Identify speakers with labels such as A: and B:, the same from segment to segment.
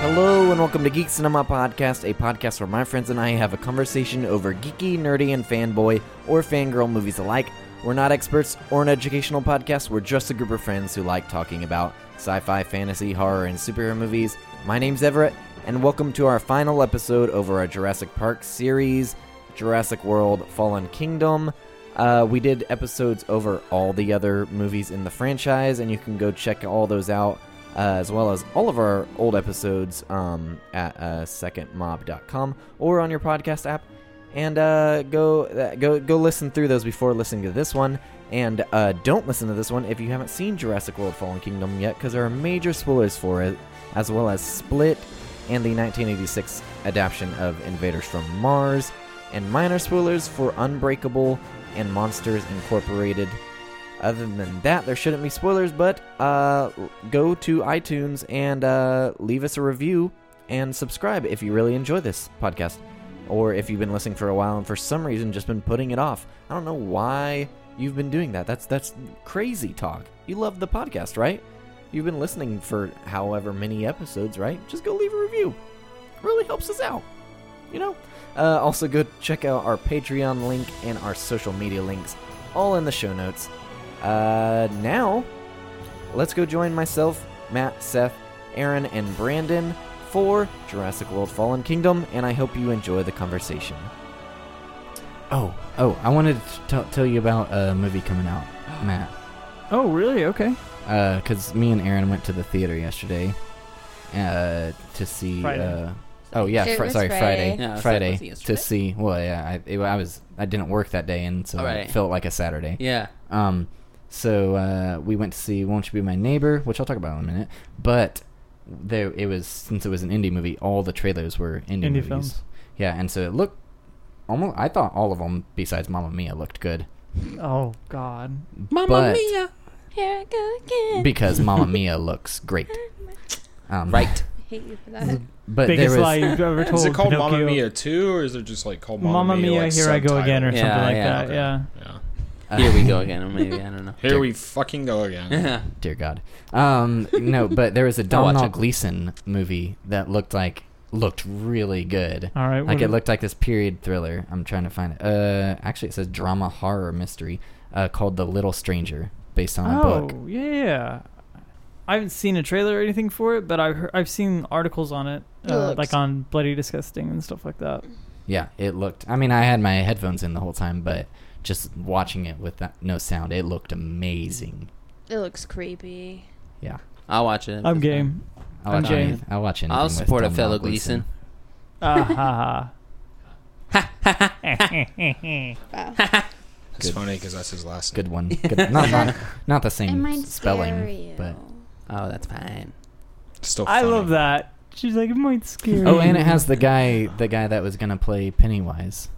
A: Hello and welcome to Geek Cinema Podcast, a podcast where my friends and I have a conversation over geeky, nerdy, and fanboy or fangirl movies alike. We're not experts or an educational podcast, we're just a group of friends who like talking about sci fi, fantasy, horror, and superhero movies. My name's Everett, and welcome to our final episode over our Jurassic Park series Jurassic World Fallen Kingdom. Uh, we did episodes over all the other movies in the franchise, and you can go check all those out uh, as well as all of our old episodes um, at uh, secondmob.com or on your podcast app. And uh, go uh, go go listen through those before listening to this one, and uh, don't listen to this one if you haven't seen Jurassic World: Fallen Kingdom yet, because there are major spoilers for it, as well as Split and the 1986 adaptation of Invaders from Mars, and minor spoilers for Unbreakable and Monsters Incorporated. Other than that, there shouldn't be spoilers, but uh, go to iTunes and uh, leave us a review and subscribe if you really enjoy this podcast. Or if you've been listening for a while and for some reason just been putting it off. I don't know why you've been doing that. That's that's crazy talk. You love the podcast, right? You've been listening for however many episodes, right? Just go leave a review. Really helps us out. You know? Uh, also, go check out our Patreon link and our social media links, all in the show notes. Uh, now, let's go join myself, Matt, Seth, Aaron, and Brandon for Jurassic World Fallen Kingdom, and I hope you enjoy the conversation.
B: Oh, oh, I wanted to t- tell you about a movie coming out, Matt.
C: Oh, really? Okay.
B: Because Uh, me and Aaron went to the theater yesterday uh, to see.
C: Friday.
B: Uh, oh, yeah,
D: It
B: fr-
D: was
B: sorry, Friday.
D: Friday.
E: Yeah, I was like,
B: Friday.
E: was it yesterday?
B: to see. Well, yeah, I, it, I was. I didn't work that day, and so
E: Alright.
B: it felt like a Saturday.
E: Yeah.
B: Um, so uh, we went to see "Won't You Be My Neighbor," which I'll talk about in a minute. But there, it was since it was an indie movie, all the trailers were indie,
C: Indie
B: movies.
C: films.
B: Yeah, and so it looked almost. I thought all of them, besides Mamma Mia, looked good.
C: Oh God.
E: Mamma
B: But-
E: Mia.
D: Here I go again.
B: because Mamma Mia looks great. Um,
E: Right.
D: I hate you for that.
B: But
C: Biggest
B: there was
C: lie you've ever told.
F: Is it called
C: Pinocchio.
F: Mamma Mia 2, or is it just like called Mamma,
C: Mamma Mia,
F: like,
C: Here I Go Again, or
F: subtitle?
C: something
E: Yeah,
C: like that.
E: yeah,
F: okay.
C: Yeah.
F: Yeah.
B: uh,
E: Here we go again. Or maybe I don't know.
F: Here we fucking go again.
E: Yeah.
B: Dear God. Um, no, but there was a
E: I'll watch
B: Domhnall
E: it.
B: Gleeson movie that looked like looked really good.
C: All right.
B: Like
C: what-
B: it looked like this period thriller. I'm trying to find it. Uh, actually, it says drama horror mystery uh, called The Little Stranger, based on a
C: Oh
B: book.
C: yeah. I haven't seen a trailer or anything for it, but I've heard, I've seen articles on it,
D: It
C: uh,
D: looks-
C: like on Bloody Disgusting and stuff like that.
B: Yeah, it looked. I mean, I had my headphones in the whole time, but just watching it with that, no sound, it looked amazing.
D: It looks creepy.
B: Yeah,
E: I'll watch it.
C: I'm game.
B: I'll
C: I'm
B: watch.
C: game.
B: any- I'll watch anything
E: I'll
B: with
E: support a
B: Domhnall
E: fellow Gleason.
C: Ah ha ha.
D: Wow.
F: It's
B: Good.
F: funny because that's his last
B: Good one. Good. Not, not, not the
D: It
B: same
D: might
B: spelling,
D: scare you.
B: but
E: Oh, that's fine.
F: name. Still
C: I
F: funny.
C: love that. She's like, it might scare.
B: oh, and it
C: you."
B: has the guy, the guy that was gonna play Pennywise,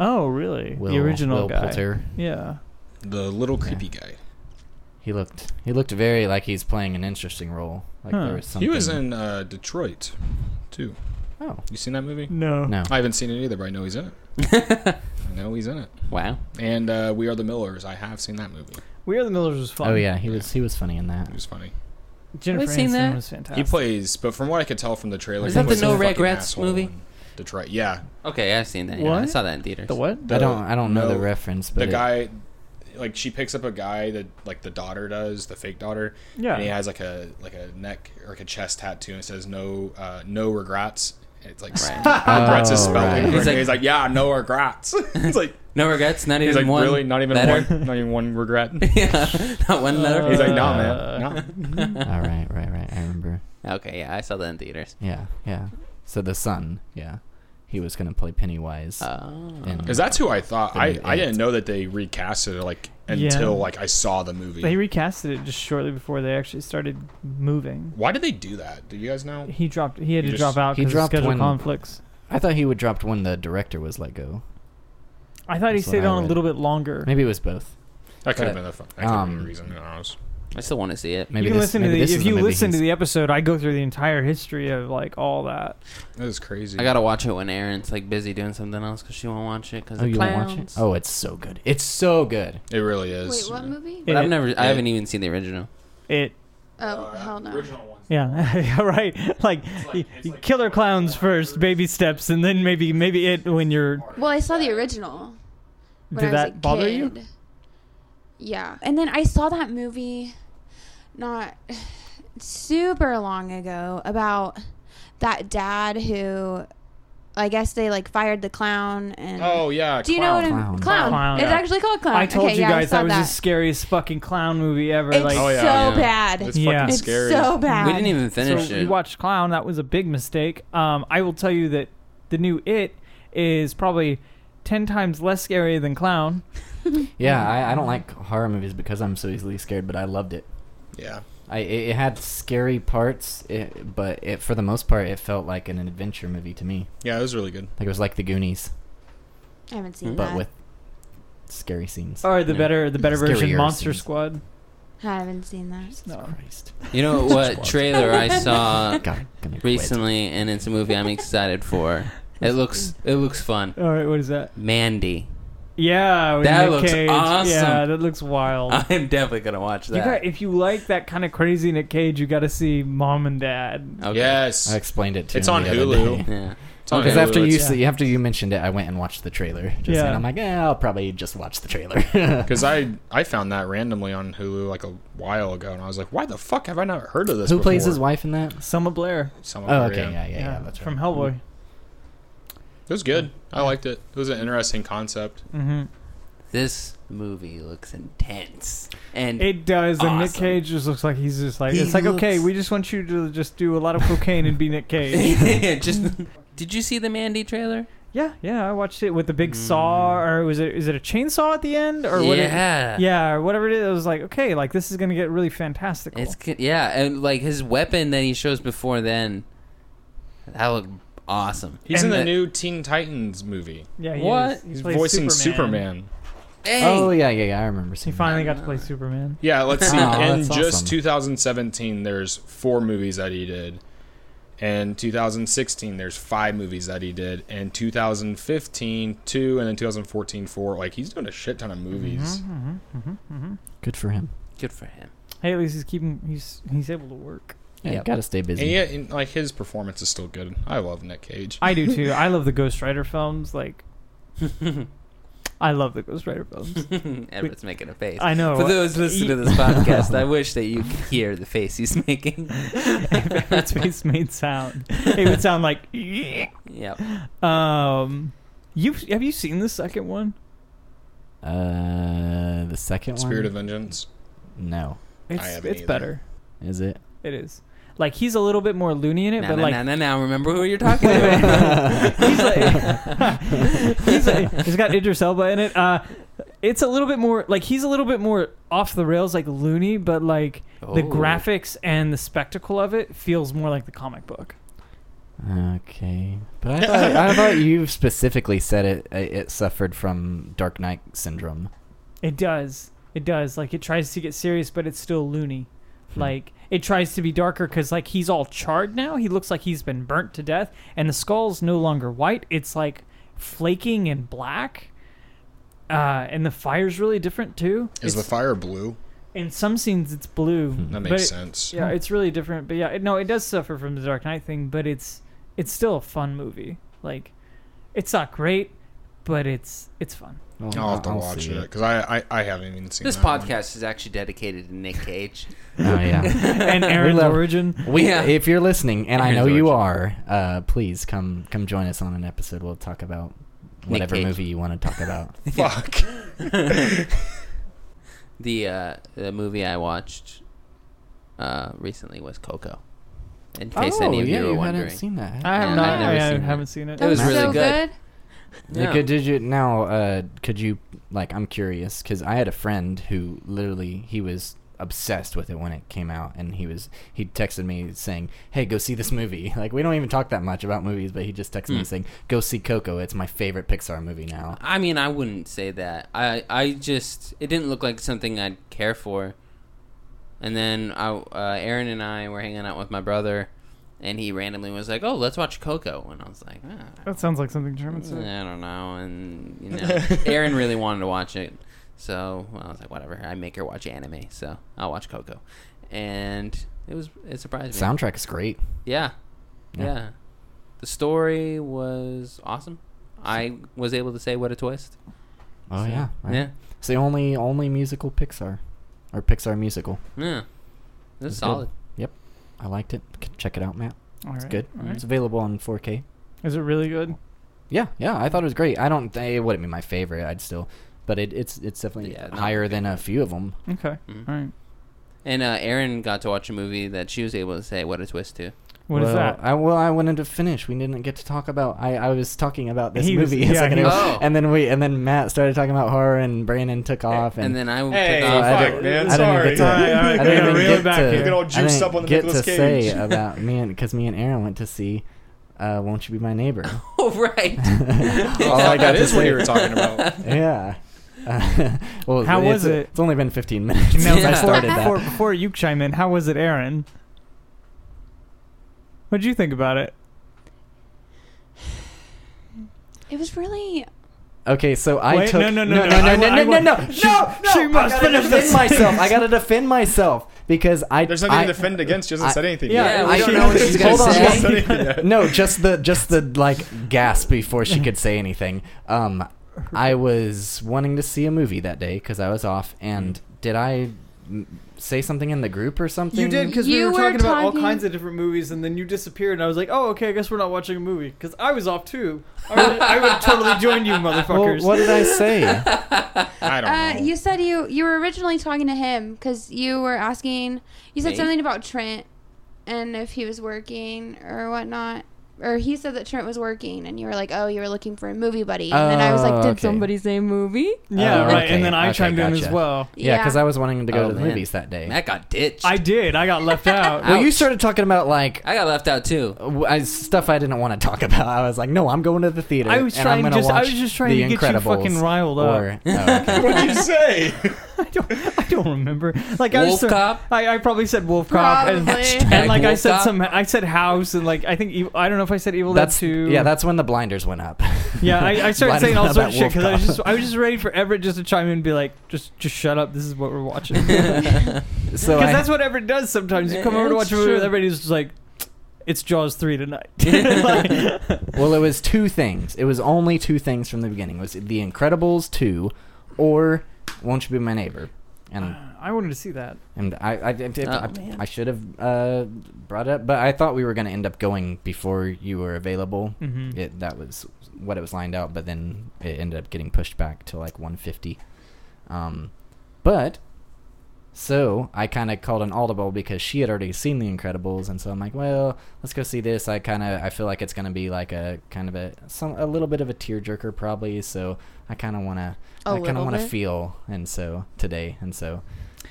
C: Oh, really?
B: Will,
C: the original
B: Will
C: guy.
B: Poulter.
C: Yeah.
F: The little creepy guy.
B: He looked, he looked very like he's playing an interesting role. Like
C: Huh.
B: there was something.
F: He was in uh, Detroit, too.
B: Oh
F: You seen that movie?
C: No.
B: no,
F: I haven't seen it either, but I know he's in it. I know he's in it.
E: Wow.
F: And uh, We Are the Millers. I have seen that movie.
C: We Are the Millers was fun.
B: oh yeah, he was, he was funny in that.
F: It was funny.
C: Jennifer
E: Have we seen
C: Aniston
E: that?
C: was fantastic.
F: He plays, but from what I could tell from the trailer,
E: Is
F: he
C: that the
F: was a
C: No
F: fucking
E: Regrets
F: asshole
E: movie?
F: in Detroit. Yeah.
E: Okay, I've seen that. Yeah, I
C: What?
E: saw that in theaters.
C: the what?
F: The-
B: I don't, I don't know the
F: no,
B: reference, but
F: The
B: it-
F: guy, like, she picks up a guy that, like, the daughter does, the fake daughter,
C: Yeah.
F: and he has like a like a neck or like a chest tattoo and it says no uh, no regrets. It's like
E: Right.
F: regrets is
B: Oh,
F: spelled.
B: right.
F: incorrectly.
E: He's
F: He's,
E: like-
F: like, yeah, no regrets. it's like
E: No regrets. Not even
F: he's like
E: one.
F: really not even
E: letter?
F: one not even one regret.
E: yeah. Not one letter.
F: He's like
C: Uh,
F: nah, man. Nah.
B: all right, right, right. I remember.
E: Okay. Yeah, I saw that in theaters.
B: Yeah, yeah. So the son, yeah, he was gonna play Pennywise.
C: Uh,
E: Oh.
B: in-
F: Because that's who I thought. I,
B: Then
F: I
B: it-
F: didn't know that they recasted it like
C: Yeah.
F: until like I saw the movie.
C: They recasted it just shortly before they actually started moving.
F: Why did they do that? Do you guys know?
C: He dropped. He had
F: He
C: to
F: just-
C: drop out
B: he
C: because of
B: dropped
C: schedule
B: when-
C: conflicts.
B: I thought he would dropped when the director was let go.
C: I thought he
B: That's what
C: stayed
B: I
C: on a
B: read.
C: little bit longer.
B: Maybe it was both.
F: That could
B: But,
F: have been the fu- that could have been
B: um,
F: the reason. I don't know.
E: I still want to see it.
B: Maybe
C: you can
B: this,
C: listen
B: maybe
C: to
B: this
C: the,
B: is
C: if you
B: movie
C: listen to
B: he's-
C: the episode, I go through the entire history of like all that.
F: That is crazy.
E: I gotta watch it when Aaron's like busy doing something else because she won't watch it because
B: Oh,
E: of
B: you won't
E: clowns.
B: watch it? Oh, it's so good. It's so good.
F: it really is.
D: Wait, what movie?
E: But I've
C: It-
E: never. I
F: it-
E: haven't even seen the original.
C: It
D: Oh, hell no.
F: Original one's
C: Yeah, yeah, right. Like, y- killer clowns first, baby steps, and then maybe maybe it when you're.
D: Well, I saw the original. When
C: Did
D: I was
C: that
D: a
C: bother you?
D: kid. Yeah, and then I saw that movie, not super long ago, about that dad who, I guess they like fired the clown and.
F: Oh yeah.
D: Do you know what I'm
A: Clown.
D: clown?
C: Clown,
D: It's
C: yeah.
D: actually called clown.
C: I told
D: okay,
C: you
D: yeah, I
C: guys
D: saw
C: that was the scariest fucking clown movie ever.
D: It's
C: like,
F: Oh, yeah,
D: so
E: yeah.
D: bad.
F: It's
D: It's,
C: Yeah.
F: fucking scary.
D: so bad.
E: We didn't even finish
C: so
E: it.
C: we watched Clown. That was a big mistake. Um, I will tell you that the new It is probably ten times less scary than Clown.
A: Yeah, I, I don't like horror movies because I'm so easily scared, but I loved it.
F: Yeah.
A: I it, it had scary parts, it, but it for the most part it felt like an adventure movie to me.
F: Yeah, it was really good.
A: Like it was like The Goonies,
D: I haven't seen
A: but
D: that.
A: with scary scenes.
C: Or the
E: Yeah.
C: better the better version,
A: Scarier
C: Monster
A: scenes.
C: Squad.
D: I haven't seen that.
C: No.
A: Christ,
E: you know what trailer I saw
A: God, I'm gonna quit.
E: recently, and it's a movie I'm excited for. It looks it looks fun.
C: All right, what is that?
E: Mandy.
C: Yeah, with
E: That
C: Nick
E: looks
C: Cage.
E: awesome.
C: Yeah, that looks wild.
E: I'm definitely gonna watch
C: You got,
E: that.
C: if you like that kind of crazy Nick Cage, you got to see Mom and Dad.
E: Okay.
F: Yes.
A: I explained it to
F: It's
A: him
F: on
A: the other
F: Hulu.
A: day.
E: Yeah.
F: It's on
A: Because
F: Hulu.
A: after you
F: It's-
A: see, after you mentioned it, I went and watched the trailer. Just
C: Yeah.
A: and I'm like, yeah, I'll probably just watch the trailer.
F: Because I I found that randomly on Hulu like a while ago, and I was like, why the fuck have I not heard of this?
A: Who plays his
F: before?
A: wife in that?
C: Summer Blair.
F: Someone
A: Oh,
F: over
A: okay,
F: here.
A: yeah, yeah, yeah, that's right.
C: from Hellboy.
F: It was good. I liked it. It was an interesting concept.
C: hmm
E: Mm-hmm. This movie looks intense. And
C: It does, and Nick
E: Awesome.
C: Cage just looks like he's just like
E: He
C: it's like okay,
E: looks-
C: we just want you to just do a lot of cocaine and be Nick Cage.
E: just Did you see the Mandy trailer?
C: yeah, yeah, I watched it with the big saw, or was it is it a chainsaw at the end, or what? it-
E: Mm. yeah.
C: yeah, or whatever it is. I was like, okay, like this is gonna get really fantastical.
E: It's good. Yeah, and like his weapon that he shows before then, that looked awesome.
F: He's in
C: And
F: the
E: the-
F: new Teen Titans movie.
C: yeah, he
E: What?
C: is. He
F: He's
C: plays
F: voicing
C: Superman.
F: Superman.
E: Dang.
A: Oh yeah, yeah, yeah. I remember
C: He
A: seeing. that.
C: finally got to play Superman.
F: Yeah, let's see.
A: Aw,
F: in
A: that's
F: just
A: awesome.
F: 2017, there's four movies that he did. In 2016, there's five movies that he did. In 2015, two, and then 2014, four. Like he's doing a shit ton of
C: Mm-hmm.
F: movies.
A: Good for him.
E: Good for him.
C: Hey, at least he's keeping he's he's able to work.
A: Yeah,
E: Yep.
A: gotta stay busy.
F: And yet, and, like his performance is still good. I love Nick Cage.
C: I do too. I love the Ghost Rider films. Like, I love the Ghost Rider films.
E: Edward's making a face.
C: I know.
E: For those listening to this podcast, I wish that you could hear the face he's making.
C: if that space made sound, it would sound like.
E: Yep.
C: Um, you have you seen the second one?
A: Uh, the second
F: Spirit
A: one.
F: of Vengeance.
A: no,
C: It's
F: haven't
C: it's
F: either.
C: better.
A: is it?
C: It is. Like he's a little bit more loony in it,
E: Now,
C: but
E: now,
C: like
E: now, now, now, remember who you're talking to.
C: he's like, he's like, he's got Idris Elba in it. Uh, it's a little bit more like he's a little bit more off the rails, like loony, but like the
E: Oh.
C: graphics and the spectacle of it feels more like the comic book.
A: Okay, but I thought, I thought you specifically said it. uh, It suffered from Dark Knight syndrome.
C: It does, it does. Like it tries to get serious, but it's still loony.
A: Hmm.
C: Like it tries to be darker because like he's all charred now. He looks like he's been burnt to death, and the skull's no longer white. It's like flaking and black. Uh, and the fire's really different too.
F: Is the
C: It's-
F: fire blue?
C: In some scenes, it's blue.
A: Hmm.
F: That
C: but
F: makes
C: it-
F: sense.
C: Yeah, it's really different. But yeah, it, no, it does suffer from the Dark Knight thing, but it's it's still a fun movie. Like, it's not great, but it's it's fun.
A: Well,
F: I'll have to watch
A: see
F: it because I, I I haven't even seen
E: This
F: that one.
E: podcast is actually dedicated to Nick Cage.
A: Oh yeah.
C: And Aaron's
A: love-
C: origin.
A: We,
E: Yeah.
A: if you're listening, and I know
E: Aaron's
A: you
E: origin.
A: are, uh, please come come join us on an episode. We'll talk about whatever
E: Cage.
A: movie you want to talk about.
F: Fuck.
E: the uh, the movie I watched uh, recently was Coco. In case any of you were wondering,
A: Oh, hadn't seen that.
C: I have
E: Yeah,
C: not.
E: I've never
C: I
E: seen it.
C: haven't seen it.
E: It was
D: That's
E: really
D: so
E: good.
A: Like, uh, did you now? Uh, could you like? I'm curious because I had a friend who literally he was obsessed with it when it came out, and he was he texted me saying, "Hey, go see this movie." Like we don't even talk that much about movies, but he just texted me
E: Hmm.
A: saying, "Go see Coco. It's my favorite Pixar movie now."
E: I mean, I wouldn't say that. I I just it didn't look like something I'd care for. And then I, uh, Aaron and I were hanging out with my brother, and he randomly was like, "Oh, let's watch Coco," and I was like, ah,
C: That sounds like something German said.
E: "I don't know." And you know, Aaron really wanted to watch it, so I was like, "Whatever." I make her watch anime, so I'll watch Coco, and It was it surprised me.
A: Soundtrack is great.
E: Yeah.
A: Yeah.
E: yeah. The story was awesome. I was able to say what a twist.
A: Oh
E: So,
A: yeah, right.
E: Yeah.
A: It's the only only musical Pixar, or Pixar musical.
E: Yeah. It was
A: It's good.
E: solid.
A: Yep, I liked it. C- Check it out, Matt.
C: All
A: It's
C: right,
A: good.
C: all right.
A: It's available on 4K.
C: Is it really good?
A: Yeah, yeah, I thought it was great. I don't. It wouldn't be my favorite. I'd still, but it, it's it's definitely
E: Yeah, not
A: higher than a few of them.
C: Okay.
E: Mhm.
C: All right.
E: And uh, Erin got to watch a movie that she was able to say what a twist to.
C: What is that?
A: I, well, I wanted to finish. We didn't get to talk about. I, I was talking about this
C: He was-
A: movie a
C: yeah,
A: second
C: he
A: ago,
E: was- Oh.
A: and then we and then Matt started talking about horror, and Brandon took off,
E: And then I
F: Hey,
E: took
A: So
E: off.
A: I
F: fuck,
A: didn't-
F: man.
A: I didn't
F: Sorry.
A: get to-
F: All right, all right,
A: I
F: we
A: didn't
F: gotta
A: even
F: reel it
A: get
C: back
A: to-
C: here. Look at
F: all
A: I
F: juiced
A: didn't
F: up on the
A: get
F: Nicolas
A: to say
F: Cage.
A: about me and because me and Aaron went to see. Uh, won't you be my neighbor?
E: Oh, right.
A: All I got
F: that
A: to
F: is what
A: say-
F: you were talking about.
A: yeah. Uh, well,
C: How
A: it's-
C: was it?
A: It's only been 15 minutes
C: No,
A: since I
E: Yeah.
C: before,
A: started that.
C: before, before you chime in, how was it, Aaron? What'd you think about it?
D: It was really.
A: Okay, so I
C: Wait,
A: took
C: no, no, no,
A: no
C: no, I
A: no no
C: wa-
A: no
C: I
A: no
C: wa-
A: no
C: She-
A: no, no,
C: she
A: I
C: must
A: gotta
C: finish
A: defend
C: this.
A: myself. I gotta defend myself because I
F: There's nothing
A: I,
F: to defend against. She doesn't
A: I-
F: said anything.
E: Yeah,
F: yet.
E: we
A: I-
E: don't know what she's gonna
A: hold on,
E: say.
A: hold on.
F: She said anything
A: no, just the just the like gasp before she could say anything. Um, I was wanting to see a movie that day because I was off, and did I mm, say something in the group or something?
B: You did because we
D: You
B: were,
D: were
B: talking, about all
D: talking-
B: kinds of different movies, and then you disappeared, and I was like, "Oh, okay, I guess we're not watching a movie." Because I was off too. I would, I would totally join you,
A: Well,
B: motherfuckers.
A: what did I say?
F: I don't
D: Uh,
F: know.
D: you said you you were originally talking to him because you were asking. You said
E: Me?
D: something about Trent and if he was working or whatnot. Or he said that Trent was working, and you were like, "Oh, you were looking for a movie buddy." And then I was
A: Oh,
D: like, "Did
A: okay.
D: somebody say movie?"
C: Yeah,
A: Oh,
C: right.
A: okay,
C: And then I
A: okay,
C: chimed in as
A: gotcha.
C: well.
A: Yeah, because I was wanting to go
E: Oh,
A: to the
E: man.
A: movies that day.
E: Matt got ditched.
C: I
E: I,
C: did. I got left out.
A: Well, you
E: Ouch.
A: started talking about like
E: got left out
F: Oh.
E: too.
A: w- I- stuff I didn't want to talk about. I was like, no, I'm going to the theater.
C: I was
A: and I'm
C: trying
A: gonna
C: just- I
A: watch
C: was just trying
A: The
C: to get you fucking
A: Incredibles
C: riled up.
A: or- oh, okay.
F: What'd you say?
C: I don't. I don't remember. Like I was
E: Wolf
C: so,
E: Cop.
C: I, I probably said Wolf Cop and,
D: Probably.
C: and like I
E: Wolf
C: said
E: Cop.
C: some I said House and like I think ev- I don't know if I said Evil
A: that's
C: Dead Two.
A: yeah. That's when the blinders went up.
C: yeah. I, I
A: Blinders
C: started saying all
A: went up
C: sorts of
A: at
C: shit because I was
A: Wolf
C: just I was just ready for Everett just to chime in and be like just just shut up. This is what we're watching. Because
A: So I,
C: that's what Everett does sometimes. You come over to watch a
E: It's
C: movie with
E: true.
C: everybody's just like. It's Jaws three tonight. Like,
A: well, it was two things. It was only two things from the beginning. It was The Incredibles two, or Won't You Be My Neighbor? And
C: I wanted to see that.
A: and I I, I,
E: Oh,
A: I,
E: man.
A: I should have uh, brought it up, but I thought we were going to end up going before you were available.
C: Mhm.
A: It, that was what it was lined out, but then it ended up getting pushed back to like 150. Um, but so I kind of called an audible because she had already seen The Incredibles, and so I'm like, well, let's go see this. I kind of I feel like it's going to be like a kind of a some a little bit of a tearjerker probably. So I kind of want to
D: A
A: I kind
D: little
A: of want to
D: bit.
A: feel, and so today, and so.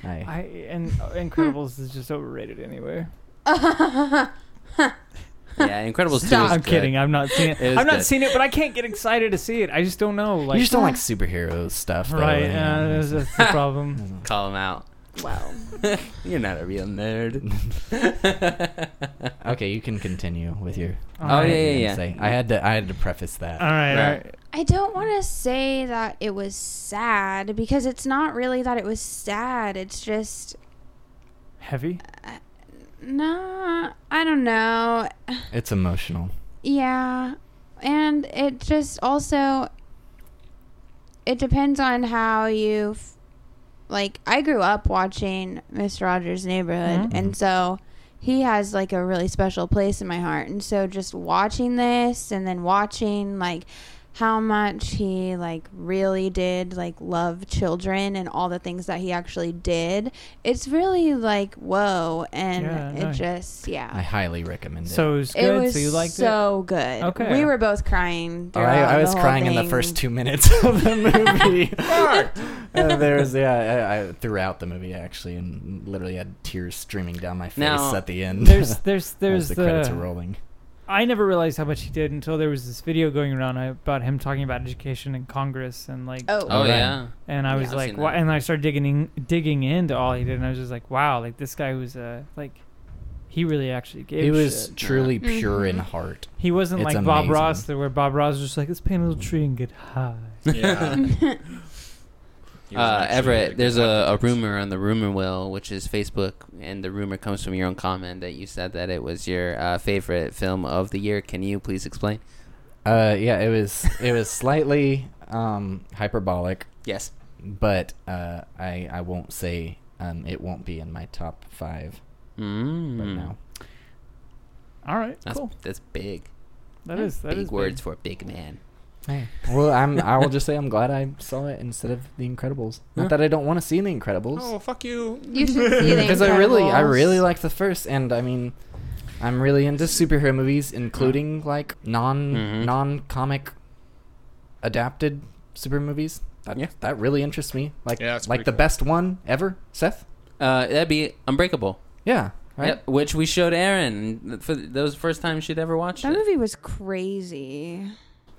A: I,
C: I and uh, Incredibles is just overrated anyway.
E: Yeah, Incredibles
D: Stop.
E: two.
C: I'm kidding. I've not seen it.
E: It was
C: I've not
E: good.
C: seen it, but I can't get excited to see it. I just don't know. Like,
A: you just don't like superhero stuff, though,
C: right?
A: you know,
C: uh,
A: it's-
C: that's, that's the problem.
E: Call him out.
D: Wow.
E: You're not a real nerd.
A: okay, you can continue with your.
C: Oh,
A: I had
E: yeah,
A: to
E: yeah, Uh, yeah.
A: say- I had to. I had to preface that.
C: All right, all
E: Right.
C: right.
D: I don't want to say that it was sad because it's not really that it was sad. It's just
C: Heavy.
D: nah. I don't know.
A: it's emotional.
D: Yeah. And it just also it depends on how you f- like I grew up watching Mr. Rogers' Neighborhood
C: Mhm.
D: and so he has like a really special place in my heart. And so just watching this and then watching like how much he like really did like love children and all the things that he actually did. It's really like whoa and
C: Yeah,
D: it
C: no.
D: just yeah.
A: I highly recommend it.
C: So it was
D: It
C: good.
D: was
C: so you liked it.
D: so good.
C: Okay.
D: we were both crying.
A: Oh, I,
D: throughout
A: I was
D: the whole
A: crying in
D: thing.
A: the first two minutes of the movie. uh, there's yeah, I, I, throughout the movie actually, and literally had tears streaming down my face
E: Now,
A: at the end.
C: There's, there's,
A: as
C: there's
A: the,
C: the.
A: credits are rolling.
C: I never realized how much he did until there was this video going around about him talking about education in Congress and like.
D: Oh,
E: Oh
A: Right.
E: yeah.
C: And I
E: Yeah,
C: was
E: I've
C: like,
E: seen
C: why?
E: that.
C: And I started digging in, digging into all he did, and I was just like, wow, like this guy was uh, like, he really actually gave.
A: He was
C: shit.
A: truly
D: Mhm.
A: pure in heart.
C: Mm-hmm. He wasn't
A: It's
C: like Bob
A: amazing. Uh,
C: Ross, there where Bob Ross was just like, let's paint a little tree and get high.
F: Yeah. He was
E: Uh,
F: actually,
E: Everett,
F: like,
E: there's a, a
F: weapons.
E: rumor on the rumor wheel, which is Facebook, and the rumor comes from your own comment that you said that it was your uh, favorite film of the year. Can you please explain?
A: Uh, yeah, it was it was slightly um, hyperbolic,
E: Yes.
A: but uh, I I won't say um, it won't be in my top five
E: Mm.
A: right now.
C: All right,
E: That's,
C: cool.
E: that's big.
C: That is that is
E: big words for a big man.
A: Hey, well, I'm I will just say I'm glad I saw it instead of The Incredibles. Not that I don't want to see The Incredibles,
F: Oh fuck you!
D: You should see the
A: because I really I
D: Incredibles.
A: really like the first, and I mean. I'm really into superhero movies, including like non
E: Mhm.
A: non comic adapted super movies. That,
E: Yeah.
A: that really interests me. Like
F: Yeah, that's
A: like
F: pretty
A: the
F: cool.
A: best one ever, Seth.
E: Uh, that'd be Unbreakable.
A: Yeah, right.
E: Yep, which we showed Aaron for that was the first time she'd ever watched
D: That
E: it.
D: movie was crazy.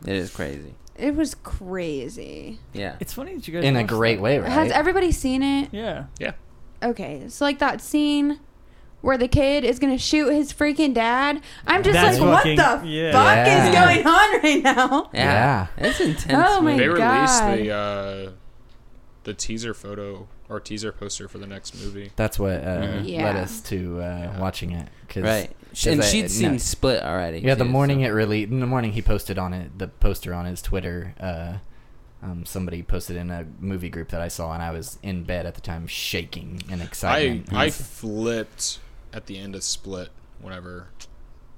E: It is crazy.
D: It was crazy.
E: Yeah.
C: It's funny that you guys
A: In a
C: watched
A: great
C: that.
A: way, right?
D: Has everybody seen it?
C: Yeah.
D: Okay, so like that scene where the kid is gonna shoot his freaking dad. I'm just
C: That's
D: like,
C: fucking-
D: what the
C: yeah.
D: fuck is
A: Yeah.
D: going on right now?
E: yeah. It's intense.
D: Oh my
E: movie.
F: They released
D: God.
F: the uh, the teaser photo or teaser poster for the next movie.
A: That's what uh,
D: Yeah.
A: led us to uh, watching it. Cause,
E: Right.
A: 'cause
E: and
A: I-
E: she'd
A: no.
E: seen Split already.
A: Yeah, the
E: too,
A: morning
E: so-
A: it really. In the morning he posted on it the poster on his Twitter. Uh, um, somebody posted in a movie group that I saw, and I was in bed at the time, shaking in
F: I
A: excitement.
F: I
A: And
F: flipped at the end of Split whenever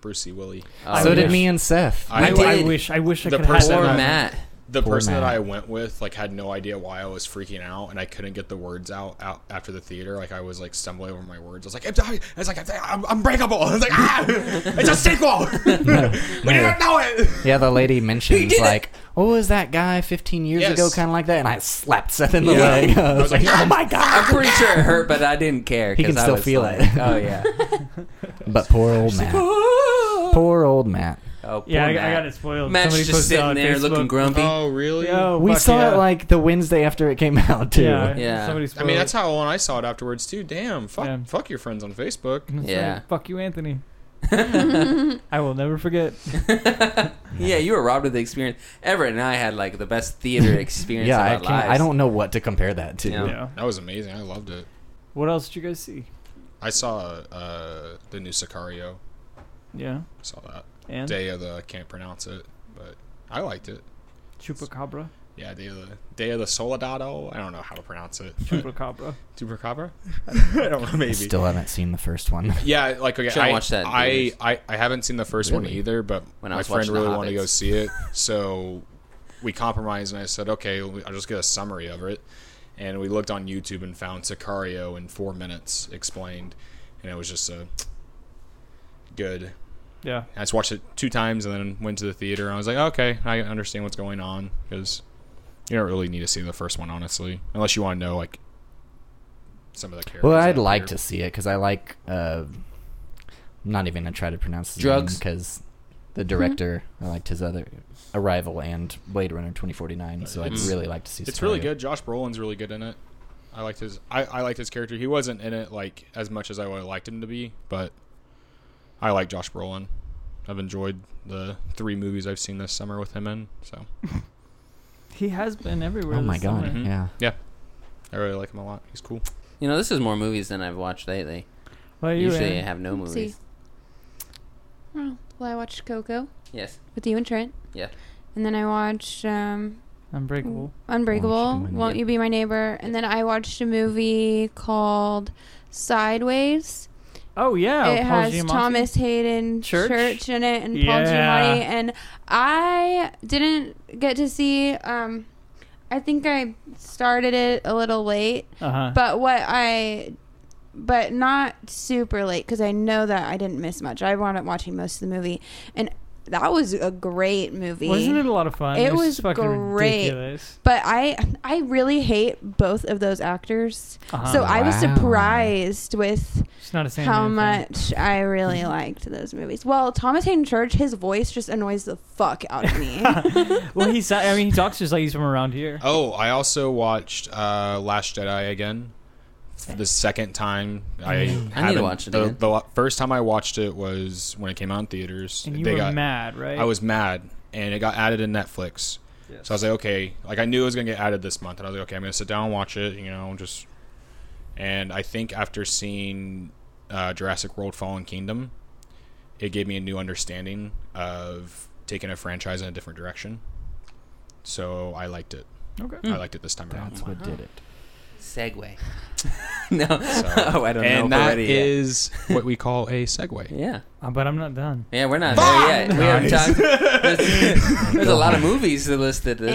F: Brucey Willie.
E: Oh,
A: so
C: I
A: did
C: wish-
A: me and Seth.
F: I
C: I,
F: did.
C: I wish I wish I
F: The
C: could have
F: person
E: Poor
F: that-
C: that.
E: Matt.
F: The
A: Poor
F: person that
A: Matt.
F: I went with like had no idea why I was freaking out, and I couldn't get the words out, out after the theater. Like I was like stumbling over my words. I was like, "I'm sorry." I was like, "I'm unbreakable." I was like, "Ah, it's a sequel. we
A: no.
F: didn't know it."
A: Yeah, the lady mentions
F: did it!
A: like, "What was that guy 15 years
F: Yes.
A: ago?" Kind of like that, and I slapped Seth in the
F: Yeah.
A: leg. I was like, "Oh my
E: I'm
A: god!"
E: pretty sure it hurt, but I didn't care.
A: He can
E: 'cause I
A: still
E: was
A: feel
E: like,
A: it.
E: Oh yeah.
A: But poor old Matt. Poor old Matt.
E: Oh, poor
C: Yeah, I, I
E: Matt.
C: got it spoiled.
E: Matt's
C: Somebody
E: just
C: posted
E: sitting
C: on
E: there
C: Facebook.
E: looking grumpy.
F: Oh really?
C: Yo,
A: We
C: fuck
A: saw
C: yeah.
A: it like the Wednesday after it came out too.
C: yeah.
E: Yeah.
C: Somebody
F: I
C: spoiled
F: mean,
C: it.
F: that's how when I saw it afterwards too. Damn, fuck,
C: Yeah.
F: fuck your friends on Facebook.
C: That's right.
E: Yeah.
C: Fuck you, Anthony. I will never forget.
E: yeah, you were robbed of the experience. Everett and I had like the best theater experience
A: Yeah,
E: of
A: I
E: our
A: can't.
E: lives.
A: I don't know what to compare that to.
E: Yeah.
C: Yeah.
F: That was amazing. I loved it.
C: What else did you guys see?
F: I saw uh, the new Sicario.
C: Yeah.
F: I saw that
C: And
F: Day of the I can't pronounce it, but I liked it.
C: Chupacabra.
F: Yeah, Day of the Day of the Soldado. I don't know how to pronounce it.
C: Chupacabra.
F: Chupacabra? I don't know.
A: I
F: Maybe.
A: still haven't seen the first one.
F: Yeah, like okay,
E: Should've
F: I,
E: watched that in
F: I,
E: theaters.
F: I I haven't seen the first one
A: Really?
F: either, but
E: When I
F: my
E: was
F: friend
E: watching The
F: really wanted to go
E: Hobbits.
F: see it, so we compromised, and I said, okay, we- I'll just get a summary of it, and we looked on YouTube and found Sicario in four minutes explained, and it was just a good.
C: Yeah.
F: I just watched it two times and then went to the theater. And I was like, okay, I understand what's going on because you don't really need to see the first one, honestly, unless you want to know like some of the characters.
A: well, I'd like to see it because I like. Uh, I'm not even gonna try to pronounce his
E: Drugs. Mm-hmm.
A: because the director I liked his other Arrival and Blade Runner 2049, so I'd
E: Mm-hmm.
F: It's-
A: really like to see.
F: It's really
A: Sicario.
F: good. Josh Brolin's really good in it. I liked his. I, I liked his character. He wasn't in it like as much as I would have liked him to be, but I like Josh Brolin. I've enjoyed the three movies I've seen this summer with him in. So
C: He has been everywhere.
A: Oh my
C: this
A: god!
C: summer.
F: Mhm.
A: Yeah.
F: I really like him a lot. He's cool.
E: You know, this is more movies than I've watched lately.
C: Well, you
E: Usually, I
C: Aaron?
E: have no
D: Let's
E: movies.
D: Well, well, I watched Coco
E: Yes.
D: with you and Trent.
E: Yeah.
D: And then I watched um,
C: Unbreakable.
D: Unbreakable,
A: Won't You Be My
D: Won't You Be My Neighbor, and then I watched a movie called Sideways.
C: Oh yeah.
D: it
C: Paul
D: has
C: Giamatti.
D: Thomas Hayden
C: Church?
D: Church, in it and Paul
C: Yeah.
D: Giamatti, and I didn't get to see. Um, I think I started it a little late,
C: Uh-huh.
D: but what I, but not super late because I know that I didn't miss much. I wound up watching most of the movie, and that was a great movie.
C: Wasn't it a lot of fun?
D: It
C: was,
D: was
C: fucking
D: great.
C: ridiculous.
D: But I I really hate both of those actors.
C: Uh-huh.
D: So I was
A: Wow.
D: surprised with
C: It's not a same
D: how
C: man thing.
D: much I really liked those movies. Well, Thomas Hayden Church, his voice just annoys the fuck out of me.
C: well, he's. I mean, he talks just like he's from around here.
F: Oh, I also watched uh, Last Jedi again. for The second time I, haven't-
E: Mm. to watch it
F: the,
E: again.
F: the la- first time I watched it was when it came out in theaters.
C: And you
F: They
C: were
F: got-
C: mad, right?
F: I was mad, and it got added to Netflix.
B: Yes.
F: So I was like, okay, like I knew it was gonna get added this month, and I was like, okay, I'm gonna sit down and watch it, you know, just. And I think after seeing uh, Jurassic World: Fallen Kingdom, it gave me a new understanding of taking a franchise in a different direction. So I liked it.
B: okay.
C: Hmm.
D: Mm.
F: I liked it this time around.
A: That's what did it.
E: Segway. no. oh, I don't know.
F: And
E: if we're
F: that
E: ready yet.
F: is what we call a segue.
E: Yeah.
C: Uh, but I'm not done.
E: Yeah, we're not there yet. We haven't talked. There's, there's a lot of movies listed this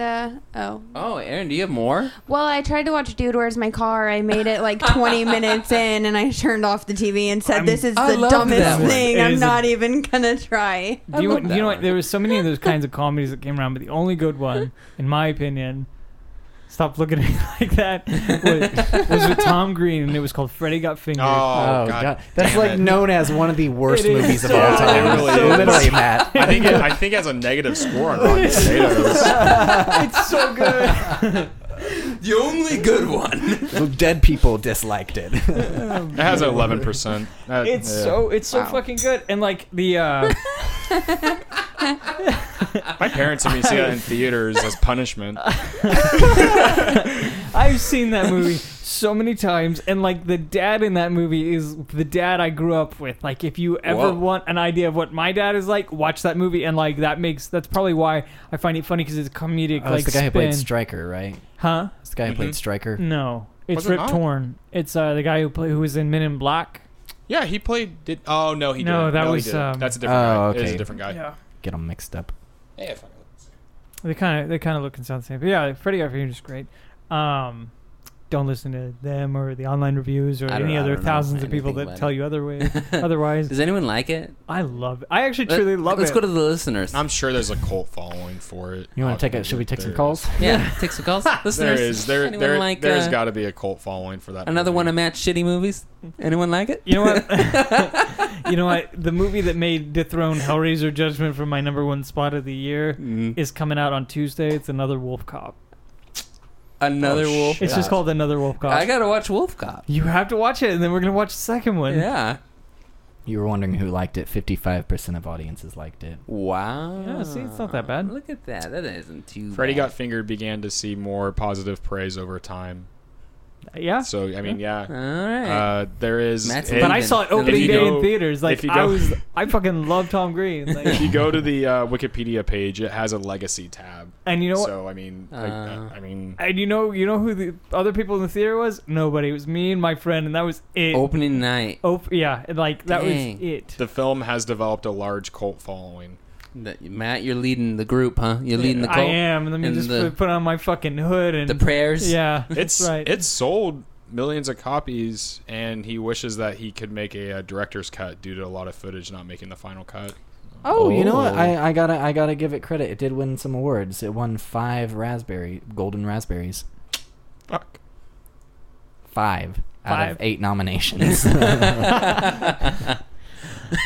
D: and uh, oh,
E: Oh, Aaron, do you have more?
D: well, I tried to watch Dude Where's My Car. I made it like 20 minutes in, and I turned off the TV and said,
C: I'm-
D: "This is
E: I
D: the
E: love that
D: dumbest
E: one.
D: thing.
C: It
D: I'm
C: is a-
D: not even gonna try."
E: I
C: Do you,
E: love
C: do
E: that
C: you know
E: one.
C: what? There was so many of those kinds of comedies that came around, but the only good one, in my opinion, stop looking at me like that, was, was with Tom Green, and it was called Freddy Got Fingered.
F: Oh,
A: Oh,
F: God.
A: god. That's
F: damn
A: like
F: it.
A: known as one of the worst
C: It is
A: movies of
C: so-
A: all time.
F: It really is.
A: Literally, Matt.
F: I think it, I think it has a negative score on Rotten Tomatoes.
B: it's so good.
E: The only good one.
A: Dead people disliked it.
F: It has eleven percent.
B: It's so it's so
D: Wow.
B: fucking good. And like the uh
F: My parents made me see that in theaters as punishment.
B: I've seen that movie so many times and like the dad in that movie is the dad I grew up with. Like if you ever
E: Whoa.
B: want an idea of what my dad is like, watch that movie and like that makes that's probably why I find it funny cuz it's a comedic
A: Oh,
B: like
A: it's the guy who played
B: spin.
A: Striker, right?
B: Huh?
A: It's the guy who
F: Mhm.
A: played Striker.
B: No. It's
F: Was it
B: Rip
F: not?
B: Torn. It's uh the guy who play, who was in Men in Black.
F: Yeah, he played. Did oh no, he
B: No,
F: didn't.
B: that
F: he
B: was,
F: didn't.
B: um,
F: that's a different
A: Oh,
F: guy. It is
A: okay.
F: a different guy.
A: Get them mixed up.
F: Yeah, fuck it.
C: They kind of they kind of look and sound the same. But yeah, Freddy Got Fingered is great. Um, don't listen to them or the online reviews or
E: I don't
C: any
E: know- I
C: other
E: don't know
C: thousands of
E: anything
C: people
E: about
C: that
E: it.
C: tell you other way. Otherwise,
E: Does anyone like it?
C: I love. It. I actually truly love
E: Uh, Let's
C: it.
E: go to the listeners.
F: I'm sure there's a cult following for it.
A: You want to take a? Should we take some
F: There
A: calls?
F: is.
E: yeah, take some calls. listeners.
F: There is there
E: anyone
F: there
E: like
F: there's
E: uh,
F: got to be a cult following for that.
E: another
F: movie.
E: one of Matt's shitty movies? Anyone like it?
C: you know what? you know what? The movie that made dethrone Hellraiser Judgment from my number one spot of the year
E: Mm.
C: is coming out on Tuesday. It's another Wolf Cop.
E: Another
F: Oh,
E: Wolf.
F: shit.
C: It's just
F: Yeah.
C: called another Wolf Cop.
E: I gotta watch Wolf Cop.
C: you have to watch it, and then we're gonna watch the second one.
E: Yeah.
A: You were wondering who liked it. Fifty-five percent of audiences liked it.
E: Wow.
C: Yeah, see, it's not that bad.
E: Look at that. That isn't too.
F: Freddy
E: bad.
F: Got Fingered began to see more positive praise over time.
C: yeah.
F: So I mean, yeah,
E: All right.
F: uh, there is.
E: Matt's
F: and
C: But I saw it
E: If you
C: opening day
F: go-
C: in theaters. Like
F: if you
C: I
F: go-
C: was, I fucking love Tom Green. Like,
F: if you go to the uh, Wikipedia page, it has a legacy tab.
C: and you know what?
F: so I mean, I-
E: Uh.
F: I, I mean,
C: And you know, you know who the other people in the theater was? Nobody. It was me and my friend, and that was it. Oh,
E: Opening night.
C: yeah, and like that
E: Dang.
C: was it.
F: the film has developed a large cult following.
E: That- Matt, you're leading the group, huh? You're leading the
C: I
E: cult.
C: am. and Let me
E: and
C: just
E: the-
C: put- put on my fucking hood and
E: The prayers.
C: yeah,
F: It's
C: that's right.
F: it's sold millions of copies, and he wishes that he could make a, uh director's cut due to a lot of footage not making the final cut.
A: Oh, you know what?
E: Oh.
A: I, I gotta I gotta give it credit. It did win some awards. It won five raspberry golden raspberries.
F: Fuck.
A: Five, out
C: Five?
A: of eight nominations.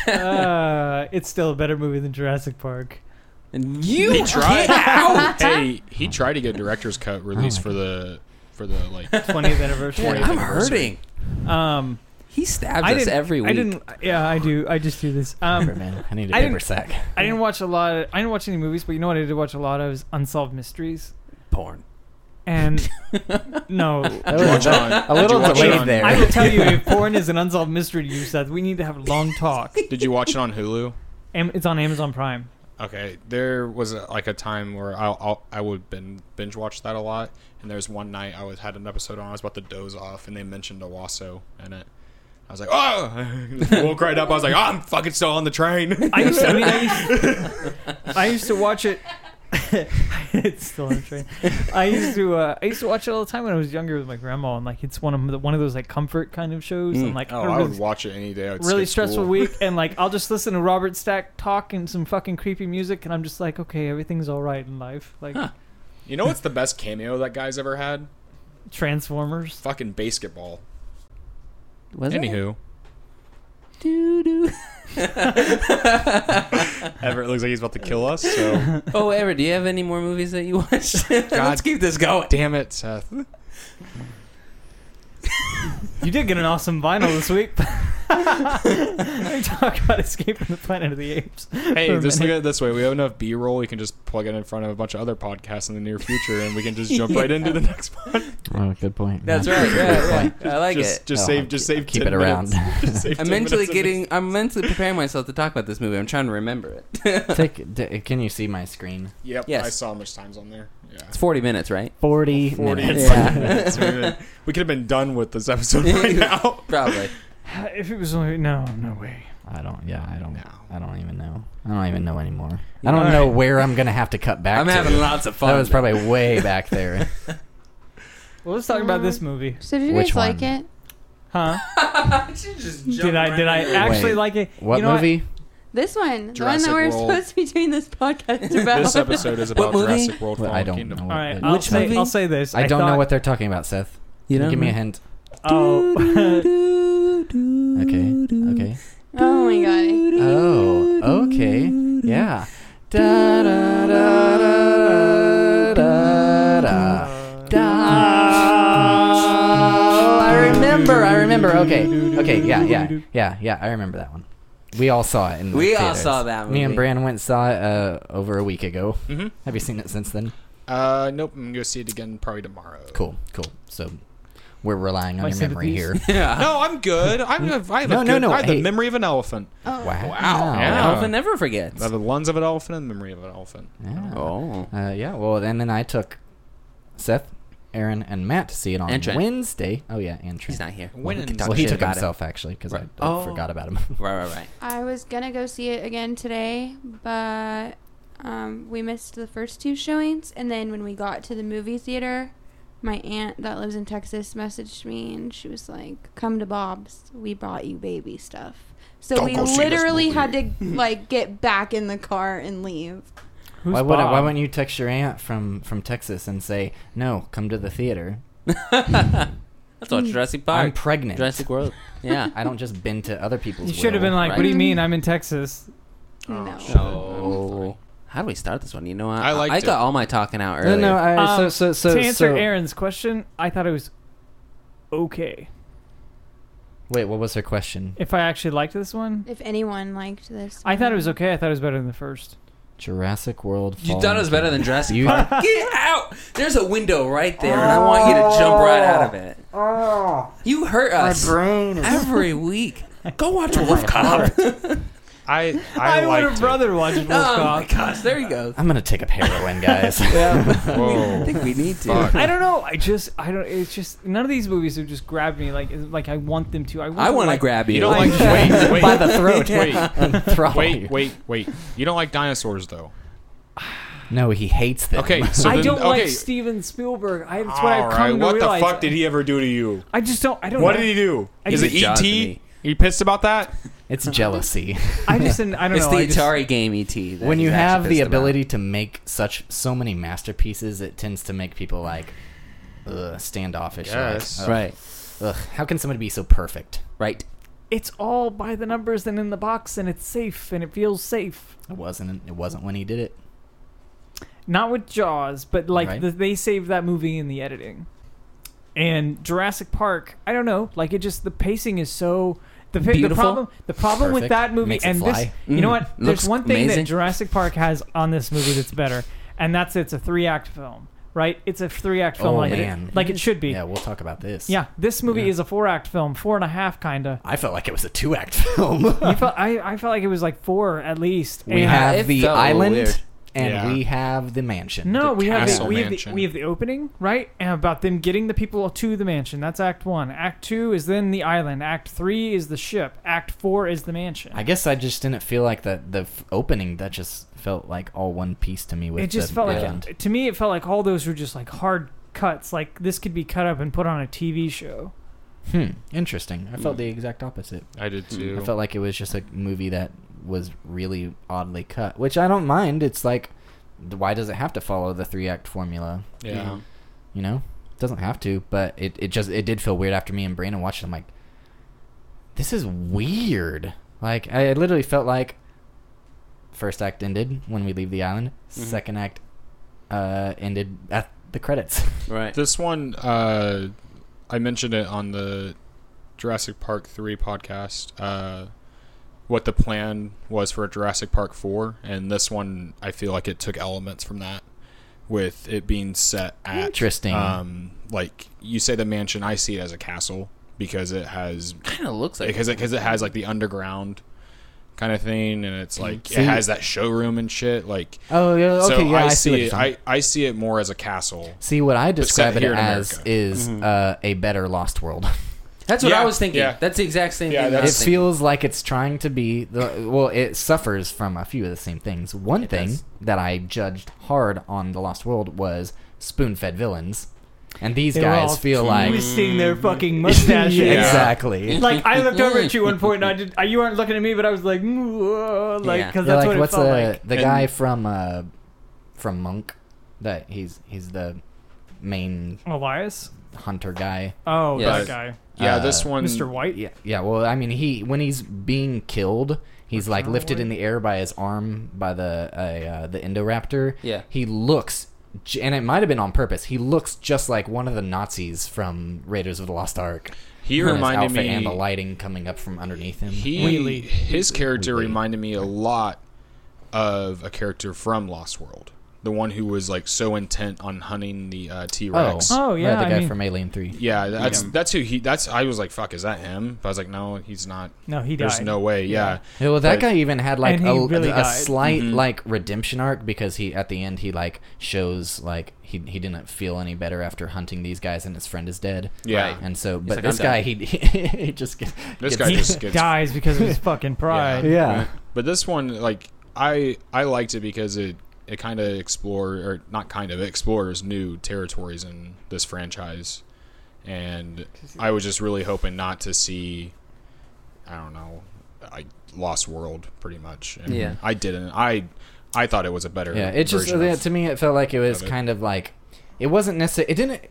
C: uh, it's still a better movie than Jurassic Park.
E: And you
F: He
E: get out. Oh
F: tried. hey, he tried to get director's cut released
A: my
F: for the for the like.
C: 20th anniversary.
F: Yeah.
E: I'm
F: anniversary.
E: hurting.
C: Um,
E: He stabs
C: I
E: us
C: didn't.
E: every week.
C: I didn't. Yeah, I do. I just do this. Um,
A: Man, I need a
C: I
A: paper
C: didn't-
A: sack.
C: I didn't watch a lot. Of, I didn't watch any movies, but you know what I did watch a lot of is Unsolved Mysteries.
E: porn.
C: And no,
A: That was
F: Watch on.
A: a little
F: Did you watch it
A: delayed
F: on-
A: there.
C: I will tell you if porn is an unsolved mystery to you, Seth. We need to have a long talk.
F: Did you watch it on Hulu?
C: Am- It's on Amazon Prime.
F: Okay, there was a, like a time where I I'll, I would been binge watch that a lot, and there was one night I was had an episode on I was about to doze off, and they mentioned Owasso in it. I was like, oh! Will cried up. I was like, "Ah, I'm fucking still on the train.
C: I used to. I, mean, I, used, I used to watch it. it's still on the train. I used to. Uh, I used to watch it all the time when I was younger with my grandma, and like it's one of the, one of those like comfort kind of shows. And like
F: Oh,
C: I
F: I
C: really-
F: would watch it any day. I would
C: really
F: skip
C: stressful
F: school.
C: week and like I'll just listen to Robert Stack talk and some fucking creepy music and I'm just like, okay, everything's all right in life. Like
F: You know what's the best cameo that guy's ever had?
C: Transformers.
F: Fucking basketball.
E: Was it?
F: Anywho,
E: Doo-doo.
F: Everett looks like he's about to kill us. So
E: Oh, Ever, do you have any more movies that you watched? Let's keep this going.
F: damn it, Seth.
C: You did get an awesome vinyl this week. we talk about Escape from the Planet of the Apes.
F: Hey,
C: for a
F: just look
C: minute.
F: at it this way. We have enough B roll. We can just plug it in front of a bunch of other podcasts in the near future, and we can just jump right into the next one.
A: Oh, good point.
E: That's
A: Yeah.
E: right.
A: Good
E: Yeah,
A: point.
E: yeah. I like
F: just,
E: it.
F: Just
A: Oh,
F: save. Just save.
A: keep
F: 10
A: it around.
F: minutes. Just save
E: I'm
F: 10
E: mentally
F: minutes in
E: getting. I'm mentally preparing myself to talk about this movie. I'm trying to remember it.
A: Take. D- can you see my screen?
F: the- Yep.
E: Yes.
F: I saw how much time's on there. Yeah.
E: It's 40 minutes, right?
A: Forty.
F: 40
A: minutes.
E: Yeah.
F: minutes. We could've- we could have been done with this episode right now.
E: Probably.
C: If it was only no, no way.
A: I don't. Yeah, I don't.
F: No.
A: I don't even know. I don't even know anymore.
E: Yeah.
A: I don't
E: All
A: know
C: right.
A: where I'm gonna have to cut back.
E: I'm
A: to.
E: having lots of fun.
A: That was probably way back there.
C: Well, let's talk about this movie,
D: So did you
A: Which
D: guys like
A: one?
D: it?
C: huh?
E: She just
C: Did
E: jumped
C: I
E: right
C: did I
E: in.
C: actually
A: Wait.
C: like it?
A: What
C: you know
A: movie?
D: This one,
F: Jurassic
D: the one that we're
F: World.
D: supposed to be doing this podcast about.
F: This episode is about
E: What movie?
F: Jurassic World.
A: Well,
F: Fallen
A: I don't know.
F: Kingdom.
C: All right,
A: It-
C: I'll
E: Which
C: say
E: movie?
C: I'll say this.
A: I don't know
C: thought-
A: what they're talking about, Seth.
E: You
A: Can
E: know?
A: give me a hint.
C: Oh,
A: Okay. Okay.
D: oh my god.
A: Oh, okay. Yeah. Da da da da da da da. Oh, I remember. I remember. Okay. Okay. Yeah. Yeah. Yeah. Yeah. I remember that one. We all saw it in the
E: We all
A: theaters.
E: saw that
A: Me
E: movie.
A: and Bran went and saw it uh, over a week ago.
F: Mhm.
A: Have you seen it since then?
F: Uh, nope. I'm gonna go see it again probably tomorrow.
A: Cool. Cool. So we're relying on
C: My
A: your memory here.
C: sympathies.
E: Yeah.
F: No, I'm good. I'm, I have
A: Mm. No,
F: a
A: no,
F: good,
A: no,
F: I have
A: hey.
F: the memory of an elephant.
D: Oh.
F: Yeah.
E: Alvin never
F: I
E: forgets.
F: have the lungs of an elephant and the memory of an elephant.
A: Yeah.
E: Oh.
A: Uh, yeah, well, and then I took Seth, Aaron, and Matt to see it on
E: And Trent.
A: Wednesday. Oh yeah, and Trent.
E: He's not here.
F: When
E: we
F: in-
E: can talk
A: well, he
E: shit
A: took
E: about
A: himself actually because
F: Right.
A: I, I
E: Oh.
A: forgot about him.
E: It. Right, right, right.
D: I was gonna go see it again today, but um, we missed the first two showings, and then when we got to the movie theater, my aunt that lives in Texas messaged me, and she was like, "Come to Bob's. We brought you baby stuff." So
F: Don't
D: we
F: go see this
D: literally had to like get back in the car and leave.
C: who's
A: why would I, why
C: Bob?
A: wouldn't you text your aunt from from Texas and say no, come to the theater?
E: That's all Jurassic
A: I'm
E: Park.
A: pregnant.
E: Jurassic World. Yeah.
A: I don't just bend to other people's.
C: You should have been like,
E: right?
C: "What do you mean? I'm in Texas."
D: no.
E: Oh. How do we start this one? You know, I,
F: I liked
E: I got
F: it.
E: all my talking out
A: No,
E: earlier.
A: no. I, so,
C: Um,
A: so, so,
C: to answer
A: so-
C: Aaron's question, I thought it was okay.
A: Wait, what was her question?
C: If I actually liked this one,
D: If anyone liked this,
C: I thought it was
D: one.
C: okay. I thought it was better than the first.
A: Jurassic World.
E: You thought
A: Fallen
E: it was better
A: Kingdom.
E: than Jurassic
A: You-
E: Park? Get out! There's a window right there, and I
C: Oh.
E: want you to jump right out of it. You hurt us
A: brain
E: every week. Go watch Wolf Cop.
F: I I,
C: I, would
F: liked
C: have rather watched Wolf
E: Oh my
C: Cop.
E: gosh, there you go.
A: I'm gonna take up heroin, guys.
F: it.
E: I
F: Whoa.
E: think we need to.
F: Fuck.
C: I don't know. I just, I don't. It's just none of these movies have just grabbed me like, like I want them to. I,
E: I want to
C: like,
E: grab you.
F: You don't like wait wait
A: By the throat.
F: Wait.
A: And throttle you.
F: wait wait wait. You don't like dinosaurs though.
A: No, he hates them.
F: Okay, so
C: I
F: then,
C: don't
F: okay.
C: like Steven Spielberg. I, that's what
F: All
C: I've come
F: right,
C: to
F: what the
C: realize.
F: fuck did he ever do to you?
C: I just don't. I don't.
F: What
C: know.
F: did he do?
C: I
F: Is
E: just-
F: it
E: Jaws to
F: ET?
E: me.
F: Are you pissed about that?
A: It's jealousy.
C: I just didn't. I don't
E: It's
C: know.
E: the
C: I just-
E: Atari game ET. that
A: when you
E: he's actually
A: have the
E: pissed about.
A: ability to make such so many masterpieces, it tends to make people like ugh, standoffish. You're like,
F: Yes.
A: "Ugh,
E: right,
A: Ugh, how can somebody be so perfect?
E: right.
C: it's all by the numbers and in the box, and it's safe and it feels safe.
A: It wasn't. It wasn't when he did it.
C: Not with Jaws, but like
A: Right.
C: the, they saved that movie in the editing. And Jurassic Park, I don't know, like it just the pacing is so the, pi- the
E: Beautiful.
C: problem the problem with
A: Perfect.
C: that movie
A: Makes it
C: and this
A: fly.
C: you know
E: Mm.
C: what there's
E: Looks
C: one thing
E: amazing.
C: that Jurassic Park has on this movie that's better and that's it's a three act film right it's a three act film
A: Oh,
C: like
A: man.
C: it like it should be
A: Yeah,
C: yeah,
A: we'll talk about this.
C: this movie
A: Yeah.
C: is a four act film four and a half kinda
A: I felt like it was a two-act film.
C: you felt, I I felt like it was like four at least
A: we
C: and-
E: it
A: have the
E: felt
A: island,
E: weird.
A: and
F: Yeah.
A: we have the mansion.
C: No, we have, the,
F: castle
C: we, have the,
F: mansion.
C: we have the opening, right? And about them getting the people to the mansion. That's Act 1. Act 2 is then the island. Act 3 is the ship. Act 4 is the mansion.
A: I guess I just didn't feel like that. The f- opening that just felt like all one piece to me. With
C: it just
A: the
C: felt like,
A: island.
C: to me, it felt like all those were just like hard cuts. Like this could be cut up and put on a TV show.
A: Hmm. Interesting. I felt the exact opposite.
F: I did too.
A: Hmm, I felt like it was just a movie that was really oddly cut, which I don't mind. It's like, th- why does it have to follow the three act formula?
F: yeah.
A: You know, it doesn't have to, but it, it just it did feel weird after me and Brandon watched it. I'm like, this is weird. Like I I literally felt like first act ended when we leave the island. Second act uh, ended at the credits.
E: Right.
F: This one, uh, I mentioned it on the Jurassic Park three podcast. Uh, what the plan was for Jurassic Park four, and this one, I feel like it took elements from that, with it being set at
A: Interesting.
F: Um, like you say, the mansion. I see it as a castle because it has
E: Kind of looks like
F: because it, cause it has like the underground kind of thing, and it's like
A: See-
F: it has that showroom and shit. Like
A: Oh, yeah. Okay.
F: so,
A: yeah,
F: I,
A: I, see.
F: see
A: What you're
F: it.
A: saying.
F: I, I see it more as a castle.
A: see what I
F: set
A: describe it
F: here in
A: as
F: America.
A: is uh, a better Lost World.
E: That's what
F: Yeah,
E: I was thinking.
F: yeah.
E: That's the exact same
F: Yeah,
E: thing. that I
A: it
E: was thinking.
A: feels like it's trying to be the well it suffers from a few of the same things one
E: It
A: thing
E: does.
A: that i judged hard on the lost world was spoon-fed villains and these
B: They were all
A: guys feel like
B: twisting
F: Mm.
B: their fucking mustaches.
A: exactly
B: Like I looked over at you one point, and I did. You weren't looking at me, but I was like, "Mwah," like
E: Yeah.
B: because
A: They're
B: that's
A: like
B: what it
A: what's
B: felt
A: uh,
B: like.
A: the
F: And-
A: guy from uh from monk that he's he's the main
C: Elias?
A: hunter guy
C: Oh, that
E: Yes.
C: guy.
F: Yeah,
A: Uh,
F: this one.
C: Mr. White?
A: yeah yeah well i mean he when he's being killed he's like
C: Return
A: lifted
C: away.
A: in the air by his arm by the uh, uh, the endoraptor
E: Yeah.
A: he looks j- and it might have been on purpose he looks just like one of the nazis from raiders of the lost ark
F: He
A: His
F: reminded
A: outfit
F: me.
A: and the lighting coming up from underneath him
F: He
C: Wheatley.
F: his character
A: Wheatley.
F: reminded me a lot of a character from Lost World, the one who was like so intent on hunting the uh, T Rex.
C: Oh, yeah,
A: the
C: I
A: guy
C: mean-
A: from alien 3
F: Yeah, that's that's who he. That's I was like, fuck, is that him? But I was like, no, he's not.
C: No, he died.
F: There's no way. Yeah,
A: Yeah, well, that
F: But-
A: guy even had like a,
C: And he really
A: a
C: died.
A: slight
F: Mm-hmm.
A: like redemption arc because he at the end he like shows like he he didn't feel any better after hunting these guys and his friend is dead.
F: Yeah.
A: and so but
E: like,
A: this
E: "I'm
A: guy he, he just gets, gets
F: This guy
C: He
F: just gets-
C: dies because of his fucking pride.
A: yeah
F: But this one, like, I I liked it because it it kind of explore or not kind of it explores new territories in this franchise, and I was just really hoping not to see, I don't know, I Lost World pretty much. And
E: Yeah.
F: I didn't. I I thought it was a better.
A: yeah. It just
F: version of-
A: to me it felt like it was
F: of it.
A: kind of like it wasn't necessarily it didn't.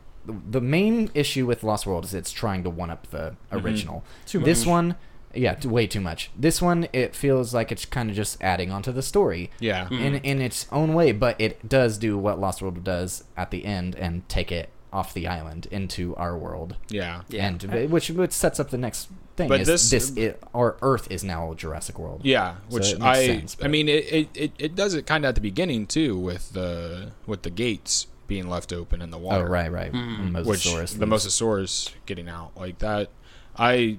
A: The main issue with Lost World is it's trying to one up the original.
B: Mm-hmm. Too
A: This one, yeah, t- way too much. This one it feels like it's kind of just adding onto the story.
F: yeah.
A: in
B: Mm.
A: in its own way, but it does do what Lost World does at the end and take it off the island into our world,
F: Yeah.
E: Yeah.
A: and uh, which which sets up the next thing.
F: But
A: is
F: this-
A: this, i- our Earth is now Jurassic World.
F: Yeah, which
A: it makes
F: I
A: sense,
F: I
A: but-
F: mean it, it, it, it does it kind of at the beginning too with the with the gates being left open in the
A: Oh
F: water.
A: right, right.
F: Mm-hmm. which
A: Mosasaurus.
F: the mosasaurus getting out like that i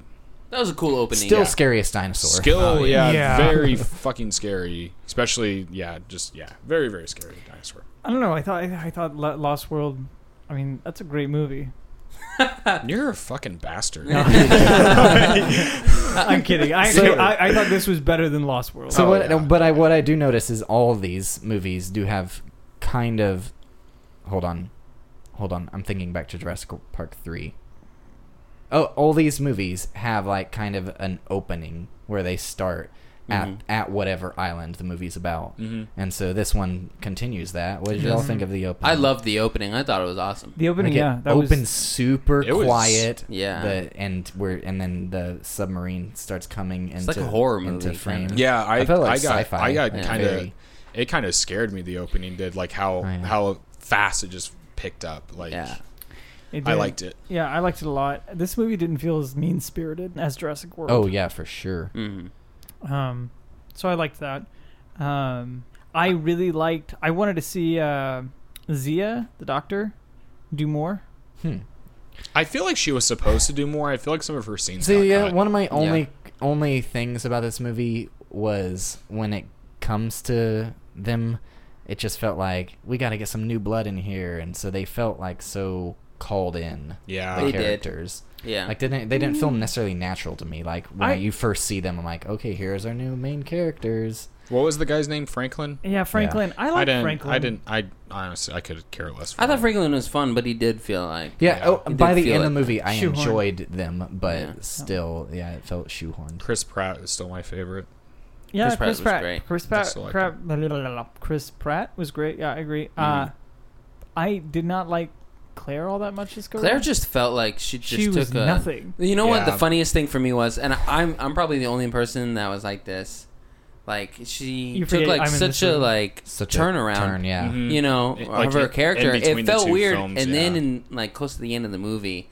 E: That was a cool opening.
A: still
E: yeah.
A: scariest dinosaur. Uh,
F: skill
E: Oh,
F: yeah,
C: Yeah.
F: very fucking scary especially yeah just yeah very very scary dinosaur
C: I don't know. I thought I thought Lo- Lost World. I mean, that's a great movie.
F: you're a fucking bastard
C: I'm kidding. I,
A: So-
C: actually, I I thought this was better than Lost World.
A: So
F: Oh,
A: what?
F: yeah.
A: But I what I do notice is all of these movies do have kind of. Hold on, hold on. I'm thinking back to Jurassic Park three. Oh, all these movies have like kind of an opening where they start at
E: Mhm.
A: at whatever island the movie's about,
F: hmm
A: and so this one continues that. What did y'all think of the opening?
E: I loved the opening. I thought it was awesome.
C: the
A: Like,
C: opening.
A: it
C: yeah, that
A: opens
C: was.
A: super
F: It was-
A: quiet.
E: Yeah.
A: the, and we're and then the submarine starts coming into
E: like a horror
A: into
E: movie,
A: frame.
E: kinda.
F: yeah i,
A: I felt like
F: I got
A: sci-fi.
F: i got
E: Yeah.
F: kind of
A: Very.
F: it kind of scared me the opening did like how
A: Oh, yeah.
F: how fast it just picked up like
E: Yeah.
C: it
F: i
C: did.
F: liked it
C: Yeah, I liked it a lot. This movie didn't feel as mean spirited as Jurassic World.
A: Oh yeah, for sure.
E: Mm.
C: Um, so I liked that. Um, I really liked. I wanted to see uh, Zia, the doctor, do more.
A: Hmm.
F: i feel like she was supposed to do more i feel like some of her scenes got
A: See, yeah,
F: cut.
A: one of my only only things about this movie was when it comes to them, it just felt like we got to get some new blood in here, and so they felt like so called in
F: yeah
A: the
E: They did.
A: characters.
E: Yeah.
A: Like didn't they didn't feel necessarily natural to me. Like when
C: I-
A: you first see them, I'm like, okay, here's our new main characters.
F: what was the guy's name franklin
C: Yeah, Franklin. I
F: i
C: like
F: didn't
C: Franklin.
F: i didn't i honestly i could care less
E: I
F: him.
E: thought Franklin was fun, but he did feel like
A: Yeah.
F: Yeah.
A: oh,
E: It
A: by
E: did
A: the
E: feel
A: end of
E: like
A: the movie, I
C: shoehorned.
A: enjoyed them, but
E: Yeah.
A: still, yeah, it felt shoehorned.
F: Chris Pratt is still my favorite.
C: Yeah,
E: Chris Pratt
C: Chris
E: was
C: Pratt.
E: great.
C: Chris
F: I
C: Pratt.
F: still like
C: Pratt- blah, blah, blah, blah, blah. Chris Pratt was great. Yeah, I agree. Uh,
E: Mm-hmm.
C: I did not like Claire all that much this go.
E: Claire just felt like she just
C: she
E: took
C: was
E: a
C: nothing.
E: You know what the
F: Yeah.
E: funniest thing for me was, and I'm I'm probably the only person that was like this. Like she
C: You
E: took
C: forget
E: like
C: I'm in
E: such
C: this
E: a
C: room.
E: like
A: Such a
E: turnaround, Mm-hmm.
A: turn, yeah.
F: Mhm.
E: you know,
F: It- like,
E: of her
F: in-
E: character.
F: in between
E: It
F: the
E: felt
F: two
E: weird,
F: films,
E: and then
F: yeah.
E: in like close to the end of the movie,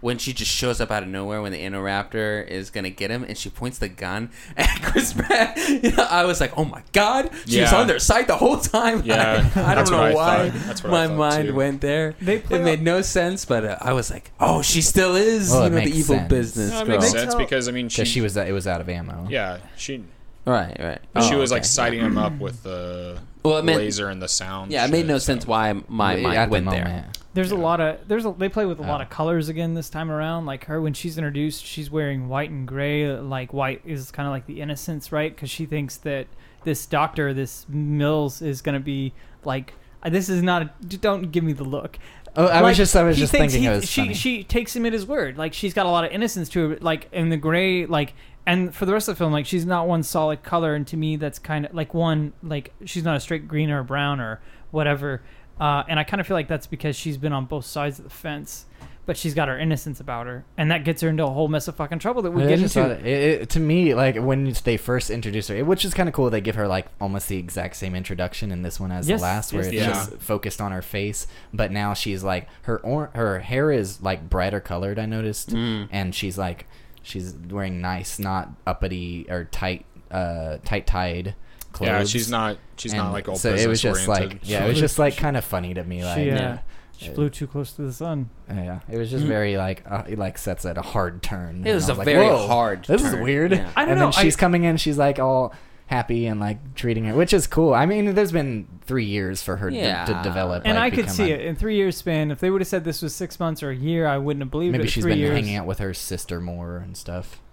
E: when she just shows up out of nowhere when the Interraptor is gonna get him, and she points the gun at Chris Pratt. You know, I was like, oh my god, she was
F: Yeah.
E: on their side the whole time.
F: Yeah,
E: I, I don't
F: that's
E: know
F: what I
E: why
F: thought. That's what
E: my
F: I thought,
E: mind
F: too.
E: went there.
C: They play
E: it made no sense, but uh, I was like, oh, she still is.
A: Well, it
E: you know, the
A: makes
E: evil
A: sense.
E: business
F: No, it
E: girl.
F: makes
B: They
F: sense
B: tell-
F: because I mean she,
A: because she was it was out of ammo.
F: yeah she
E: Right, right.
F: she
E: Oh,
F: was like
E: okay.
F: siding him up with the
E: Well, it meant-
F: laser and the sound.
E: Yeah, it made
F: shit,
E: no
F: so-
E: sense why my
A: At
E: mind
A: the
E: went there.
A: moment.
C: There's a
F: Yeah.
C: lot of there's a, they play with a lot
A: Oh.
C: of colors again this time around. Like her when she's introduced, she's wearing white and gray. Like white is kind of like the innocence, right? Because she thinks that this doctor, this Mills, is gonna be like uh, this is not. A, don't give me the look.
A: Oh, I
C: Like,
A: was just I was
C: he
A: just
C: thinks
A: thinking
C: he-
A: it was
C: she
A: funny.
C: she takes him at his word. Like she's got a lot of innocence to her. Like in the gray, like and for the rest of the film, like she's not one solid color. And to me, that's kind of like one like she's not a straight green or brown or whatever. Uh, and I kind of feel like that's because she's been on both sides of the fence, but she's got her innocence about her, and that gets her into a whole mess of fucking trouble that we
A: I
C: get
A: just
C: into.
A: thought it- it- it- to me, like when they first introduced her, which is kind of cool, they give her like almost the exact same introduction in this one as
C: Yes,
A: the last, where
C: yes,
A: it's
F: yeah.
A: just focused on her face. But now she's like her or- her hair is like brighter colored. I noticed,
F: Mm.
E: Mm.
A: and she's like she's wearing nice, not uppity or tight, uh, tight tied clothes.
F: Yeah, she's not. She's
A: And
F: not like all
A: so
F: business
A: it was just
F: oriented.
A: like yeah, it was just like kind of funny to me. Like
C: she, uh, Mm.
A: yeah,
C: she flew too close to the sun.
A: yeah, it was just very like uh, it like sets at a hard turn.
E: It
A: And
E: was
A: I
E: a
A: like,
E: very
A: "Whoa,
E: hard.
A: This is
E: turn.
A: weird.
E: Yeah.
C: I don't
A: and
C: know,
A: then she's
C: I-
A: coming in, she's like all happy and like treating her, which is cool. I mean, there's been three years for her
E: Yeah.
A: to, to develop.
C: And
A: like,
C: I could
A: become
C: see
A: a-
C: it in three years span. If they would have said this was six months or a year, I wouldn't have believed it.
A: Maybe she's
C: three
A: been
C: years.
A: hanging out with her sister more and stuff.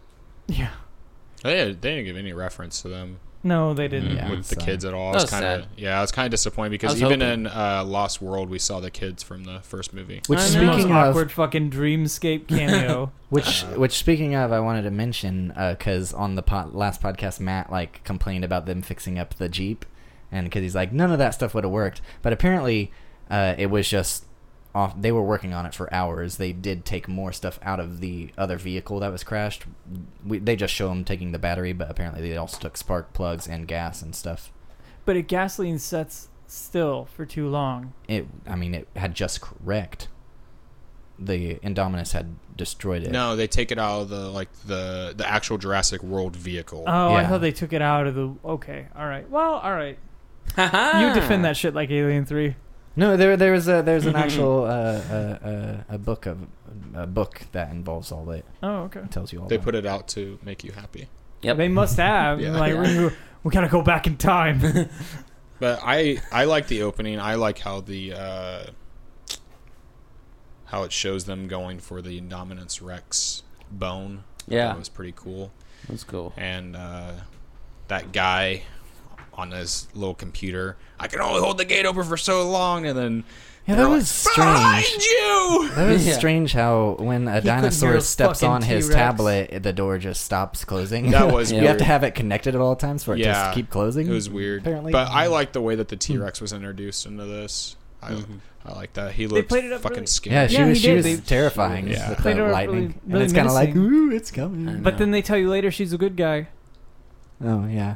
C: Yeah.
F: They, didn't- they didn't give any reference to them
C: No, they didn't.
A: Yeah,
F: with the
A: so-
F: kids at all.
E: That
F: It's
E: was
F: kind of
E: sad.
F: yeah, I was kind of disappointed because
E: was
F: even
E: hoping.
F: in uh, Lost World, we saw the kids from the first movie.
A: Which
E: I
C: It's the most
A: speaking of,
C: awkward fucking dreamscape cameo.
A: Which, which speaking of, I wanted to mention because on the po- last podcast, Matt like complained about them fixing up the jeep, and because he's like, none of that stuff would have worked. But apparently, uh, it was just off. They were working on it for hours. They did take more stuff out of the other vehicle that was crashed. We, they just show them taking the battery, but apparently they also took spark plugs and gas and stuff.
C: but if gasoline sets still for too long,
A: It, I mean, it had just wrecked. The Indominus had destroyed it.
F: No, they take it out of the like the the actual Jurassic World vehicle.
C: oh, I
A: Yeah.
C: thought they took it out of the. Okay, all right. Well, all right. You defend that shit like Alien Three.
A: No, there there was a there's an actual uh, uh, uh, a book of a book that involves all that
C: Oh, okay.
A: tells you all.
F: they
A: that.
F: put it out to make you happy.
E: Yep.
C: They must have.
F: Yeah.
C: Like we we, we gotta go back in time.
F: But I I like the opening. I like how the uh, how it shows them going for the Indominus Rex bone.
E: Yeah,
F: that was pretty cool.
E: that's cool.
F: and uh, that guy on his little computer. I can only hold the gate open for so long, and then
A: Yeah,
F: they're
A: that
F: like,
A: was
F: Behind
A: strange.
F: you.
A: That was
E: Yeah.
A: strange how when a
C: couldn't hear
A: dinosaur
C: a
A: steps
C: fucking
A: on his
C: T-Rex.
A: tablet, the door just stops closing.
F: That was
A: you have
F: weird.
A: to have it connected at all times for it just
F: Yeah.
A: to keep closing.
F: It was weird,
A: Apparently,
F: But I like the way that the
C: Hmm.
F: T Rex was introduced into this. I,
E: Mm-hmm.
F: I like that. He looked
C: played it up
F: fucking
C: really-
F: scary.
A: yeah, she
C: Yeah,
A: was
C: he
A: she
C: did.
A: was
C: They-
A: terrifying.
F: Yeah.
A: with
C: They
A: the
C: were
A: lightning,
C: really-
A: and
C: really
A: it's kind of like
C: menacing.
A: ooh, it's
E: I
A: coming.
C: but
E: know.
C: then they tell you later she's a good guy.
A: Oh yeah,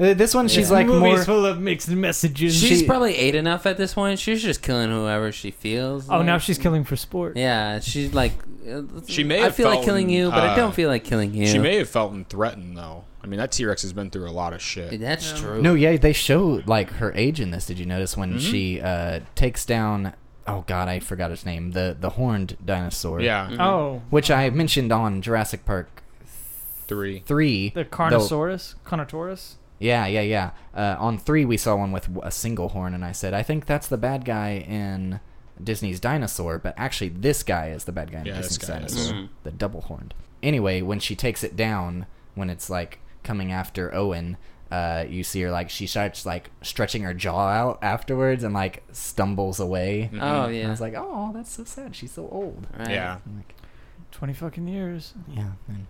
A: Uh, this one she's
E: Yeah.
A: like more.
C: movies full of mixed messages.
E: she's
A: she-
E: probably ate enough at this point. She's just killing whoever she feels.
C: oh,
E: like.
C: now she's killing for sport.
E: Yeah, she's like. uh,
F: She may
E: I
F: have
E: feel like
F: felt,
E: killing you, but I
F: uh,
E: don't feel like killing you.
F: She may have felt and threatened though. I mean, that T Rex has been through a lot of shit.
E: That's true.
A: No, yeah, they show like her age in this. Did you notice when she uh, takes down? Oh God, I forgot his name. The the horned dinosaur.
F: Yeah,
E: Mm.
C: Oh,
A: which I mentioned on Jurassic Park
F: three.
A: three.
C: the
A: though-
C: Carnosaurus, Carnotaurus.
A: yeah, yeah, yeah. Uh, on three, we saw one with a single horn, and I said, I think that's the bad guy in Disney's Dinosaur, but actually, this guy is the bad guy in
F: Yeah, this
A: Disney's
F: guy is. Mm-hmm.
A: Dinosaur, the double horned. Anyway, when she takes it down, when it's like coming after Owen. Uh, you see her like she starts like stretching her jaw out afterwards and like stumbles away.
F: Mm, Mm-hmm.
E: Oh
A: And I
E: yeah.
A: was like, oh, that's so sad. She's so old.
E: Right.
F: Yeah,
A: I'm like,
C: Twenty fucking years.
A: yeah. man."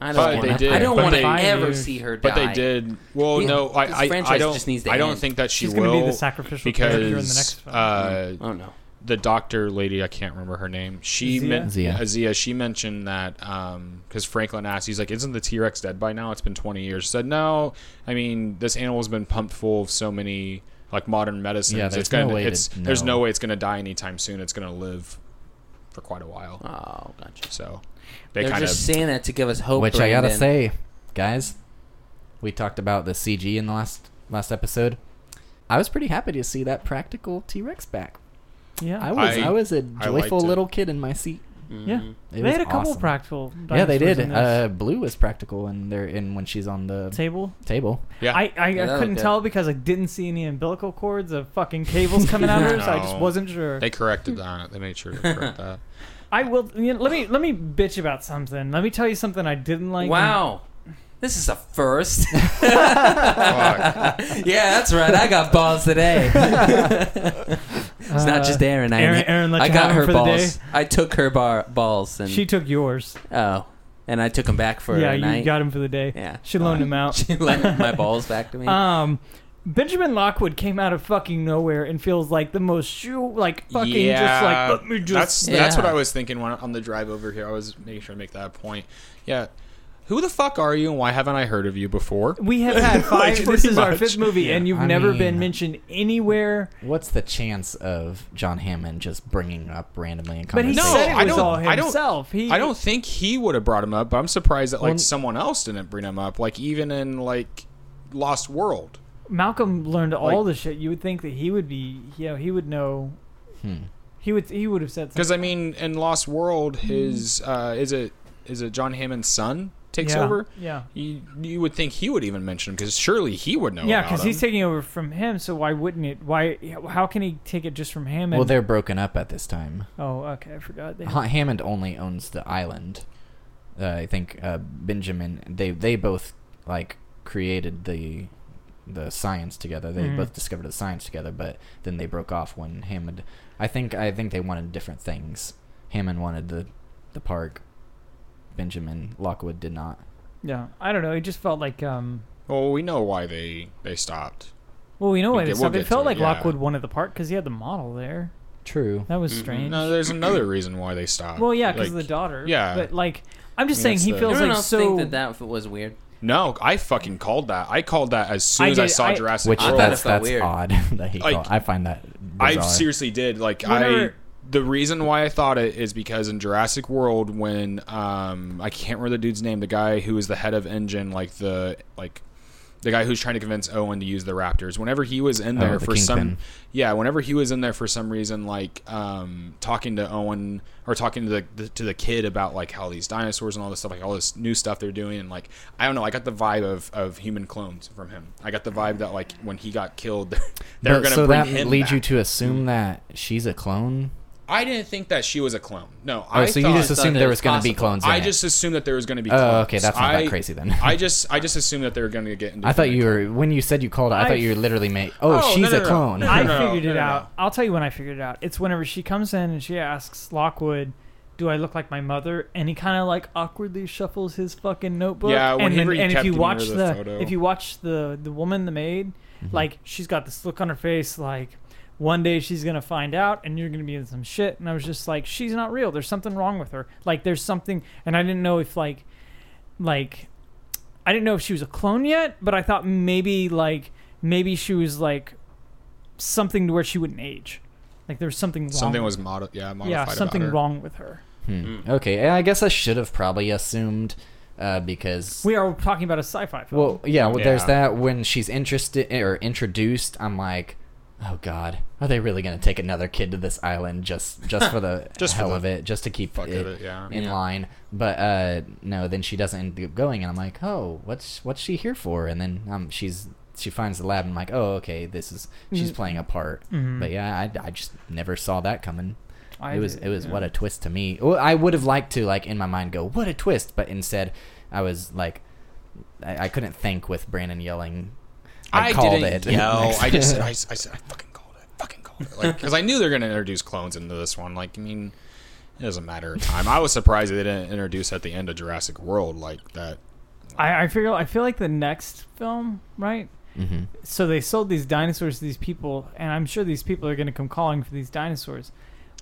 E: I
F: But
E: don't
F: they
E: want to.
F: did.
E: I don't
F: But
E: want to
F: they-
E: ever
C: Years.
E: see her die.
F: but they did. Well,
E: Yeah,
F: no, I
E: this
F: I, I
E: franchise
F: don't.
E: just needs to
F: I don't
E: end.
F: think that she
C: She's
F: will
C: gonna be the sacrificial character in the next
F: because
C: film.
F: uh,
E: Oh no.
F: the doctor lady, I can't remember her name. She
C: Zia?
F: Azia,
A: Zia.
F: Azia she mentioned that because Franklin asked, he's like, "Isn't the T Rex dead by now? It's been 20 years." She said, "No, I mean this animal's been pumped full of so many like modern medicines.
A: Yeah,
F: it's
A: there's
F: gonna,
A: no way to
F: it's there's no
A: know.
F: way it's gonna die anytime soon. It's gonna live for quite a while.
E: Oh, gotcha.
F: So
E: They
F: they
E: are
F: kind
E: just
F: of
E: saying that to give us
C: Oh,
E: hope.
A: Which I gotta
E: Brandon.
A: say, guys, we talked about the CG in the last last episode. I was pretty happy to see that practical T Rex back.
C: Yeah,
A: I was
F: I-
A: I, was a
F: liked
A: joyful
F: it.
A: little kid in my seat.
C: yeah.
E: Mhm.
A: It
C: they
A: was
C: had a couple
A: awesome.
C: practical.
A: Yeah, they
C: dinosaurs
A: did.
C: in this
A: Uh, Blue was practical, and they're in when she's on the
C: table.
A: table.
F: yeah.
C: I, I,
E: Yeah, that
C: I couldn't
E: looked
C: tell because I didn't see any umbilical cords of fucking cables coming out of her, so I just
F: No.
C: wasn't sure.
F: they corrected that. They made sure to correct that.
C: I will. You know, let me let me bitch about something. Let me tell you something I didn't like. Uh,
E: wow.
A: uh,
E: This is a first.
F: Fuck.
E: yeah, that's right. I got balls today. it's not just Aaron. I,
C: Aaron, Aaron let
E: I
C: you have
E: got
C: it
E: her
C: for
E: balls.
C: The
E: I took her bar- balls and
C: day. She took yours.
E: oh, and I took them back for
C: yeah,
E: a
C: you
E: night.
C: got him for the day.
E: yeah,
C: She loaned him out.
E: She lent my balls back to me.
C: Um, Benjamin Lockwood came out of fucking nowhere and feels like the most shoe, like fucking just
F: Yeah,
C: like let me just.
F: that's that's what
E: Yeah.
F: I was thinking when on the drive over here. I was making sure to make that point. Yeah. Who the fuck are you and why haven't I heard of you before?
C: we have had five.
F: Like,
C: this
F: pretty
C: is our
F: much.
C: fifth movie, and you've
A: I
C: never
A: mean-
C: been mentioned anywhere.
A: What's the chance of John Hammond just bringing up randomly in
C: But he
A: conversation?
F: No,
C: said it
F: I
C: was
F: don't-
C: all
F: I don't-
C: himself. he,
F: I don't think he would have brought him up, but I'm surprised that like
A: Well-
F: someone else didn't bring him up. Like even in like Lost World.
C: Malcolm learned all the
F: Like-
C: shit. You would think that he would be, you know, he would know.
A: Hmm.
C: He would he would have said something.
F: Because I mean, in Lost World, his uh, is it is it John Hammond's son takes
C: yeah.
F: over.
C: Yeah.
F: You, you would think he would even mention him because surely he would know.
C: Yeah,
F: because
C: because he's taking over from him, so why wouldn't it? Why? How can he take it just from him?
A: Well,
C: And,
A: they're broken up at this time.
C: oh, okay, I forgot. They,
A: Ha- Hammond only owns the island. Uh, I think uh, Benjamin. They they both like created the the science together. They
F: Mm-hmm.
C: Mhm.
A: both discovered the science together, but then they broke off when Hammond. I think I think they wanted different things. Hammond wanted the the park. Benjamin Lockwood did not.
C: yeah, I don't know. It just felt like um.
F: Well, we know why they they stopped.
C: Well, you know
F: We
C: what?
F: get-
C: It,
F: we'll
C: it
F: get
C: felt
F: to it,
C: like
F: yeah.
C: Lockwood wanted the part because he had the model there.
A: True.
C: That was
E: Mhm.
C: strange.
F: Mm-hmm. No, there's another reason why they stopped.
C: well, yeah, because
F: Like,
C: the daughter.
F: yeah.
C: but like, I'm just saying
F: That's
C: he
F: the-
C: feels
E: Everyone
C: like
E: else
C: so.
E: think that that was weird.
F: No, I fucking called that. I called that as soon
C: I
F: as I
C: did-
F: saw
C: I-
F: Jurassic
A: Which
E: I thought
F: World.
E: that-
A: that's
E: it felt
A: that's
E: weird.
A: odd that he
F: Like,
A: called. I find that
F: I
A: bizarre.
F: seriously did. Like I.
C: Whenever-
F: The reason why I thought it is because in Jurassic World, when um, I can't remember the dude's name, the guy who was the head of Engine, like the like the guy who's trying to convince Owen to use the Raptors. Whenever he was in
A: Oh,
F: there
A: the
F: for some,
A: Kingpin.
F: yeah, whenever he was in there for some reason, like um, talking to Owen or talking to the, the to the kid about like how these dinosaurs and all this stuff, like all this new stuff they're doing, and like I don't know, I got the vibe of of human clones from him. I got the vibe that like when he got killed, they're
A: But-
F: gonna
A: so
F: bring
A: that
F: him
A: leads
F: back.
A: you to assume that she's a clone.
F: I didn't think that she was a clone. No,
A: Oh,
F: I
A: so
F: thought,
A: you just
E: thought
A: assumed
E: that
A: there
E: it
A: was
E: was
A: going to be
E: possible.
A: clones. In
F: I
A: it.
F: just assumed that there was going to be. Clones.
A: Oh, okay, that's not
F: I,
A: that crazy then.
F: I just I just assumed that they were going to get. Into
A: I thought
F: human
A: you were when you said you called. it, I,
C: I-
A: thought you were literally made. Oh,
F: Oh, no,
A: she's
F: no,
A: a
F: no,
A: clone.
F: no,
C: I
F: no,
C: figured
F: no,
C: it
F: no, no.
C: out. I'll tell you when I figured it out. It's whenever she comes in and she asks Lockwood, "Do I look like my mother?" And he kind of like awkwardly shuffles his fucking notebook.
F: Yeah,
C: and,
F: whenever he
C: and
F: kept
C: if you
F: giving her
C: watch
F: the photo.
C: if you watch the the woman, the maid,
F: Mm-hmm.
C: like she's got this look on her face, like one day she's gonna find out, and you're gonna be in some shit. And I was just like, she's not real. There's something wrong with her. Like there's something, and I didn't know if like like I didn't know if she was a clone yet, but I thought maybe like maybe she was like something to where she wouldn't age. Like there was something wrong.
F: Something was modi- yeah, modified.
C: yeah,
F: about
C: something
F: her.
C: wrong with her.
A: Hmm. Okay, and I guess I should have probably assumed uh, because
C: We are talking about a sci-fi film.
A: well, yeah, well, there's
F: Yeah.
A: that when she's interested or introduced. I'm like, oh god, are they really going to take another kid to this island just just for the
F: Just for
A: hell
F: the
A: of it, just to keep
F: Fuck
A: it,
F: with it, yeah.
A: in
E: Yeah.
A: line? But uh, no, then she doesn't end up going, and I'm like, oh, what's what's she here for? And then um, she's she finds the lab, and I'm like, oh, okay, this is she's
C: Mm.
A: playing a part.
C: Mhm.
A: But yeah, I, I just never saw that coming.
C: I
A: it was
C: did,
A: it was
C: yeah.
A: what a twist to me. Well, I would have liked to like in my mind go what a twist, but instead I was like I, I couldn't think with Brandon yelling. I,
F: I,
A: called
F: didn't
A: it.
F: yell. I just said I, I said I fucking called it. Fucking called it. Like because I knew they're gonna introduce clones into this one. Like I mean, it doesn't matter of time. I was surprised they didn't introduce at the end of Jurassic World like that.
C: I, I feel I feel like the next film, right?
A: Mhm.
C: So they sold these dinosaurs to these people, and I'm sure these people are going to come calling for these dinosaurs.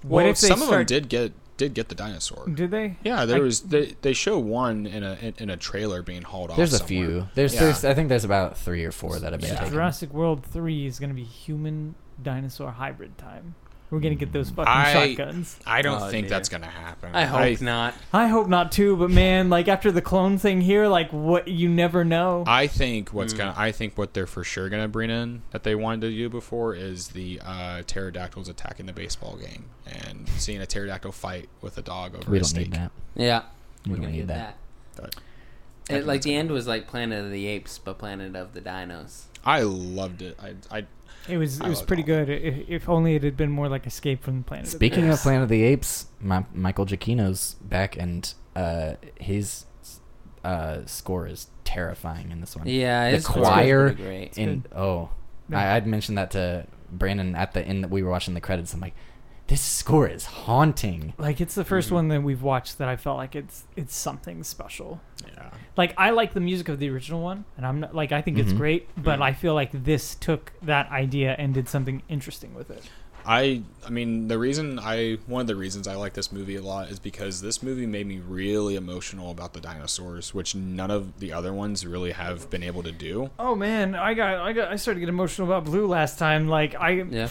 C: What
F: well,
C: if they
F: some of them
C: start-
F: did get did get the dinosaur.
C: Did they?
F: Yeah, there
C: I-
F: was they, they show one in a in, in a trailer being hauled off.
A: There's a
F: somewhere.
A: few. There's,
F: Yeah.
A: there's I think there's about three or four that have been
F: Yeah.
A: taken.
C: Jurassic World Three is going to be human dinosaur hybrid time. We're gonna get those fucking
F: I-
C: shotguns.
F: I don't
E: Oh,
F: think
E: dear.
F: that's gonna happen.
E: I hope not.
C: I hope not too, but man, like after the clone thing here, like what you never know.
F: I think what's gonna I think what they're for sure gonna bring in that they wanted to do before is the uh, pterodactyls attacking the baseball game and seeing a pterodactyl fight with a dog over
B: We
F: a
B: don't
F: snake.
B: need that.
E: Yeah,
B: We
E: we're
B: don't
E: gonna
B: need
E: get
B: that.
E: that.
F: But
E: It, like the end was like Planet of the Apes, but Planet of the Dinos.
F: I loved it. I, I
C: it was it
F: I
C: was
F: love
C: pretty
F: Dolphin.
C: good. If, if only it had been more like Escape from the Planet. of the
B: Speaking of
C: Apes.
B: Planet of the Apes, my, Michael Giacchino's back, and uh, his uh, score is terrifying in this one.
E: Yeah,
B: the
E: it's
B: choir
E: pretty great.
B: in oh,
C: Yeah.
B: I, I'd mentioned that to Brandon at the end that we were watching the credits. I'm like, this score is haunting.
C: like it's the 1st
F: Mm-hmm.
C: one that we've watched that I felt like it's it's something special.
F: yeah.
C: Like I like the music of the original one, and I'm not, like I think it's
F: Mm-hmm.
B: Mhm.
C: great, but I feel like this took that idea and did something interesting with it.
F: I I mean the reason I one of the reasons I like this movie a lot is because this movie made me really emotional about the dinosaurs, which none of the other ones really have been able to do.
C: Oh man, I got I got I started to get emotional about Blue last time. Like I
E: Yeah,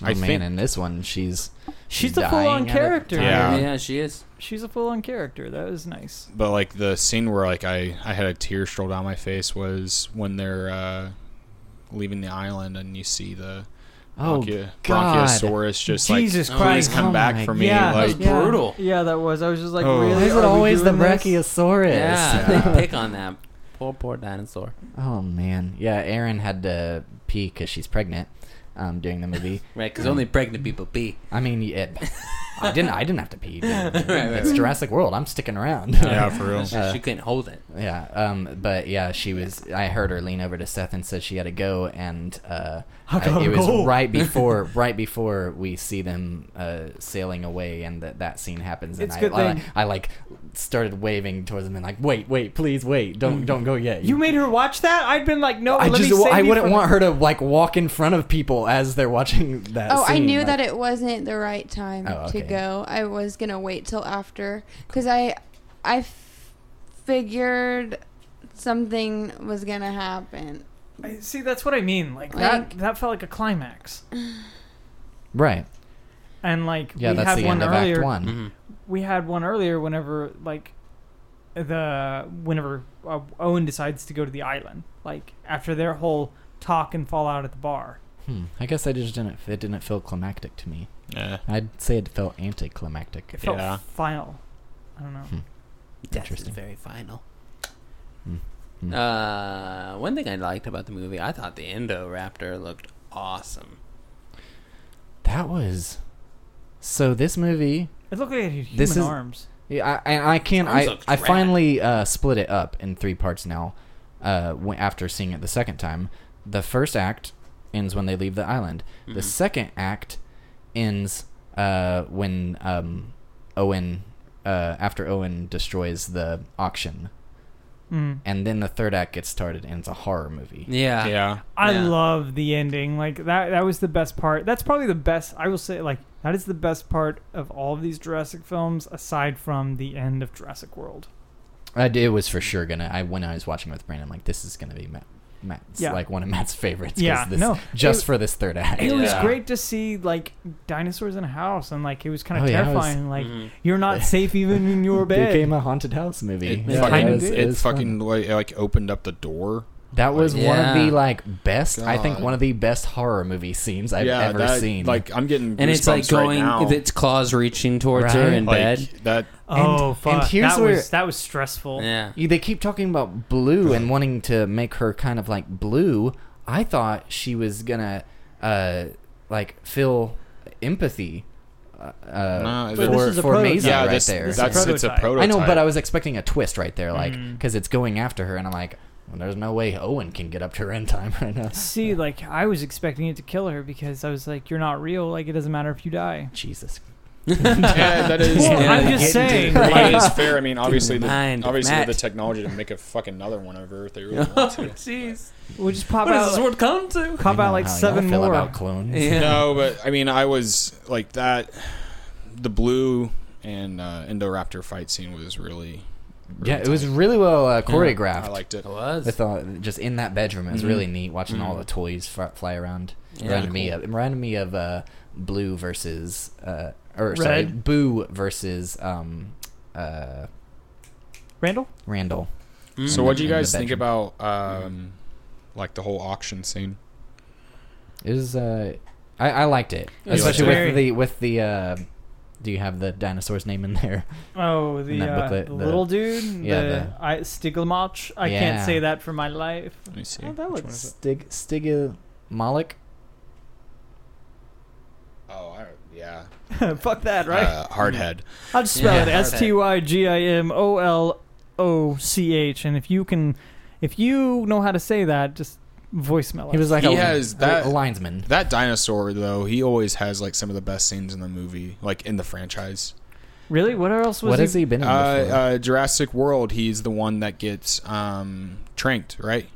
B: Oh,
F: I
B: man,
F: think-
B: in this one, she's
C: She's a full-on
B: dying at a
C: character.
B: time.
F: Yeah.
E: yeah, she is.
C: she's a full on character. That was nice.
F: But like the scene where like I I had a tear stroll down my face was when they're uh, leaving the island and you see the
B: Oh,
F: Bronchio-
B: God.
F: Bronchiosaurus just
C: Jesus
F: like
C: Christ.
F: please come
B: Oh my
F: back for me
C: God.
F: like
C: Yeah.
E: brutal.
A: Yeah, that was. I was just like,
F: Oh.
A: really?
B: Why is
A: Are
B: it
A: we
B: always the
A: doing this?
B: Brachiosaurus?
E: Yeah, they pick on that poor, poor dinosaur.
B: Oh man, yeah. Erin had to pee because she's pregnant um, during the movie.
E: Right, because only pregnant people pee.
B: I mean, it, I didn't. I didn't have to pee. dude.
E: Right, right,
B: It's
E: right.
B: Jurassic World. I'm sticking around.
F: yeah for real
E: She, she couldn't hold it.
B: Yeah, um, but yeah, she was. I heard her lean over to Seth and said she had to go, and uh,
C: I
B: I- it
C: gotta
B: was
C: go.
B: right before, right before we see them uh, sailing away, and that that scene happens. And
A: It's
B: I,
A: good
B: I,
A: thing-
B: I, like started waving towards them and like, wait, wait, please wait, don't, don't go yet.
C: You made her watch that? I'd been like, no,
B: I
C: let
B: just,
C: me save
B: I
C: you
B: wouldn't
C: from-
B: want her to like walk in front of people as they're watching that.
D: Oh, I
B: scene, Uh,
D: knew
B: like-
D: that it wasn't the right time
B: Oh,
D: to
B: okay.
D: go. I was gonna wait till after because I, I f- figured something was gonna happen.
C: I- See, that's what I mean. Like,
D: Like-
C: that, that felt like a climax.
B: Right.
C: And like
B: Yeah,
C: we
B: that's
C: had
B: the end
C: one
B: of
C: earlier.
B: Act One.
E: Mm-hmm.
C: We had one earlier whenever like the whenever uh, Owen decides to go to the island, like after their whole talk and fallout at the bar.
B: Hmm. I guess I just didn't. It didn't feel climactic to me.
F: yeah
B: I'd say it felt anticlimactic.
C: It felt
F: Yeah.
C: final. I don't know.
E: Death is
B: Interesting.
E: very final.
B: Mm. Mm.
E: Uh, one thing I liked about the movie, I thought the Indoraptor looked awesome.
B: That was. So this movie,
C: It looked like it had human
B: This is-
C: arms.
B: yeah, I I, I can
E: Sounds
B: I
E: like
B: I
E: crap.
B: finally uh, split it up in three parts now. Uh, when- after seeing it the second time, the first act ends when they leave the island. The
E: Mhm.
B: second act ends uh, when um, Owen uh, after Owen destroys the auction,
C: Mm.
B: and then the third act gets started and it's a horror movie.
E: Yeah,
F: yeah
C: I
E: Yeah.
C: love the ending. Like that that was the best part. That's probably the best I will say like that is the best part of all of these Jurassic films aside from the end of Jurassic World.
B: I d- it was for sure gonna. I when I was watching with Brandon, I'm like this is gonna be Matt, Matt's
C: Yeah.
B: like one of Matt's favorites. 'cause
C: Yeah,
B: this,
C: no,
B: just
C: it-
B: for this third act.
C: It was
E: Yeah.
C: great to see like dinosaurs in a house and like it was kind
B: Oh,
C: of
B: yeah, it was-
C: terrifying. like
E: Mhm.
C: you're not safe even in your bed.
B: became a haunted house movie.
F: it
C: Yeah.
F: fucking,
C: Kinda
F: it,
C: did.
F: fucking like, it, like opened up the door
B: that was one of
E: Yeah.
B: the like best. I think
F: God.
B: one of the best horror movie scenes I've
F: yeah
B: ever
F: that,
B: seen.
F: like I'm getting
E: and it's like
F: goosebumps right
E: going,
F: now.
E: its claws reaching towards her
B: Right?
E: in
F: Like,
E: bed.
F: that
C: oh
B: and
C: fuck!
B: here's
C: that
B: where-
C: was that was stressful.
E: Yeah,
B: You- they keep talking about blue and wanting to make her kind of like blue. I thought she was gonna uh like feel empathy. Uh,
F: No,
B: uh,
F: But
B: for,
A: this is a
B: for
A: prototype.
B: Maisie
F: yeah
B: right
F: this,
B: there.
C: is a
F: that's it's a
C: prototype.
F: prototype
B: I know, but I was expecting a twist right there, like
C: Mm.
B: because it's going after her, and I'm like, well, there's no way Owen can get up to her in time right now.
C: See, like I was expecting it to kill her because I was like, "You're not real. Like it doesn't matter if you die."
B: Jesus.
F: yeah, that is
C: Well,
E: Yeah.
C: I'm just
E: Getting
C: saying.
F: I mean,
C: like,
F: it's fair. I mean, obviously, the,
E: mind,
F: obviously they have the
E: Matt.
F: technology to make a fucking another one of her if they really want to.
E: jeez,
C: we'll just pop
E: what does
C: out.
E: this
C: Like,
E: world come to?
C: pop
B: You know
C: out like
B: how y'all
C: seven
B: feel
C: more.
B: about clones.
E: Yeah.
F: No, but I mean, I was like that. The blue and uh, Indoraptor fight scene was really.
B: Yeah, it was really well uh, choreographed.
F: I liked it.
E: It was.
B: I thought just in that bedroom, it was really neat watching all the toys fr- fly around.
A: It
E: Yeah.
A: reminded me
E: Cool.
A: of it reminded me of uh, Blue versus uh, or sorry,
B: Red.
A: Boo versus um, uh,
C: Randall?
A: Randall.
E: Mm.
F: So, what do you
A: In the
F: guys think
A: bedroom.
F: about um, like the whole auction scene?
A: It was uh, I, I liked it,
F: You liked
A: especially
C: it?
A: with the with the. Uh, do you have the dinosaur's name in there?
C: Oh, the,
A: that
C: uh,
A: booklet,
C: the
A: the-
C: little dude,
A: yeah,
C: the, I, Stiglmach. I can't
A: Yeah.
C: say that for my life.
F: Let me see.
C: Oh, that
F: Which one
C: looks-
F: is it?
A: Stig Stigmalik.
F: Oh, I, yeah.
C: Fuck that, right?
F: Uh, Hardhead.
C: I'll just spell
E: Yeah,
C: it
E: I heard
C: S T Y G I M O L O C H. And if you can, if you know how to say that, just voicemail.
A: He
C: us.
A: was like
F: He
A: a,
F: has that-
A: a linesman.
F: That dinosaur though, he always has like some of the best scenes in the movie, like in the franchise.
C: really. What else was
A: What
C: he?
A: has he been
F: Uh,
A: in before?
F: uh, Jurassic World, he's the one that gets um, tranked, right?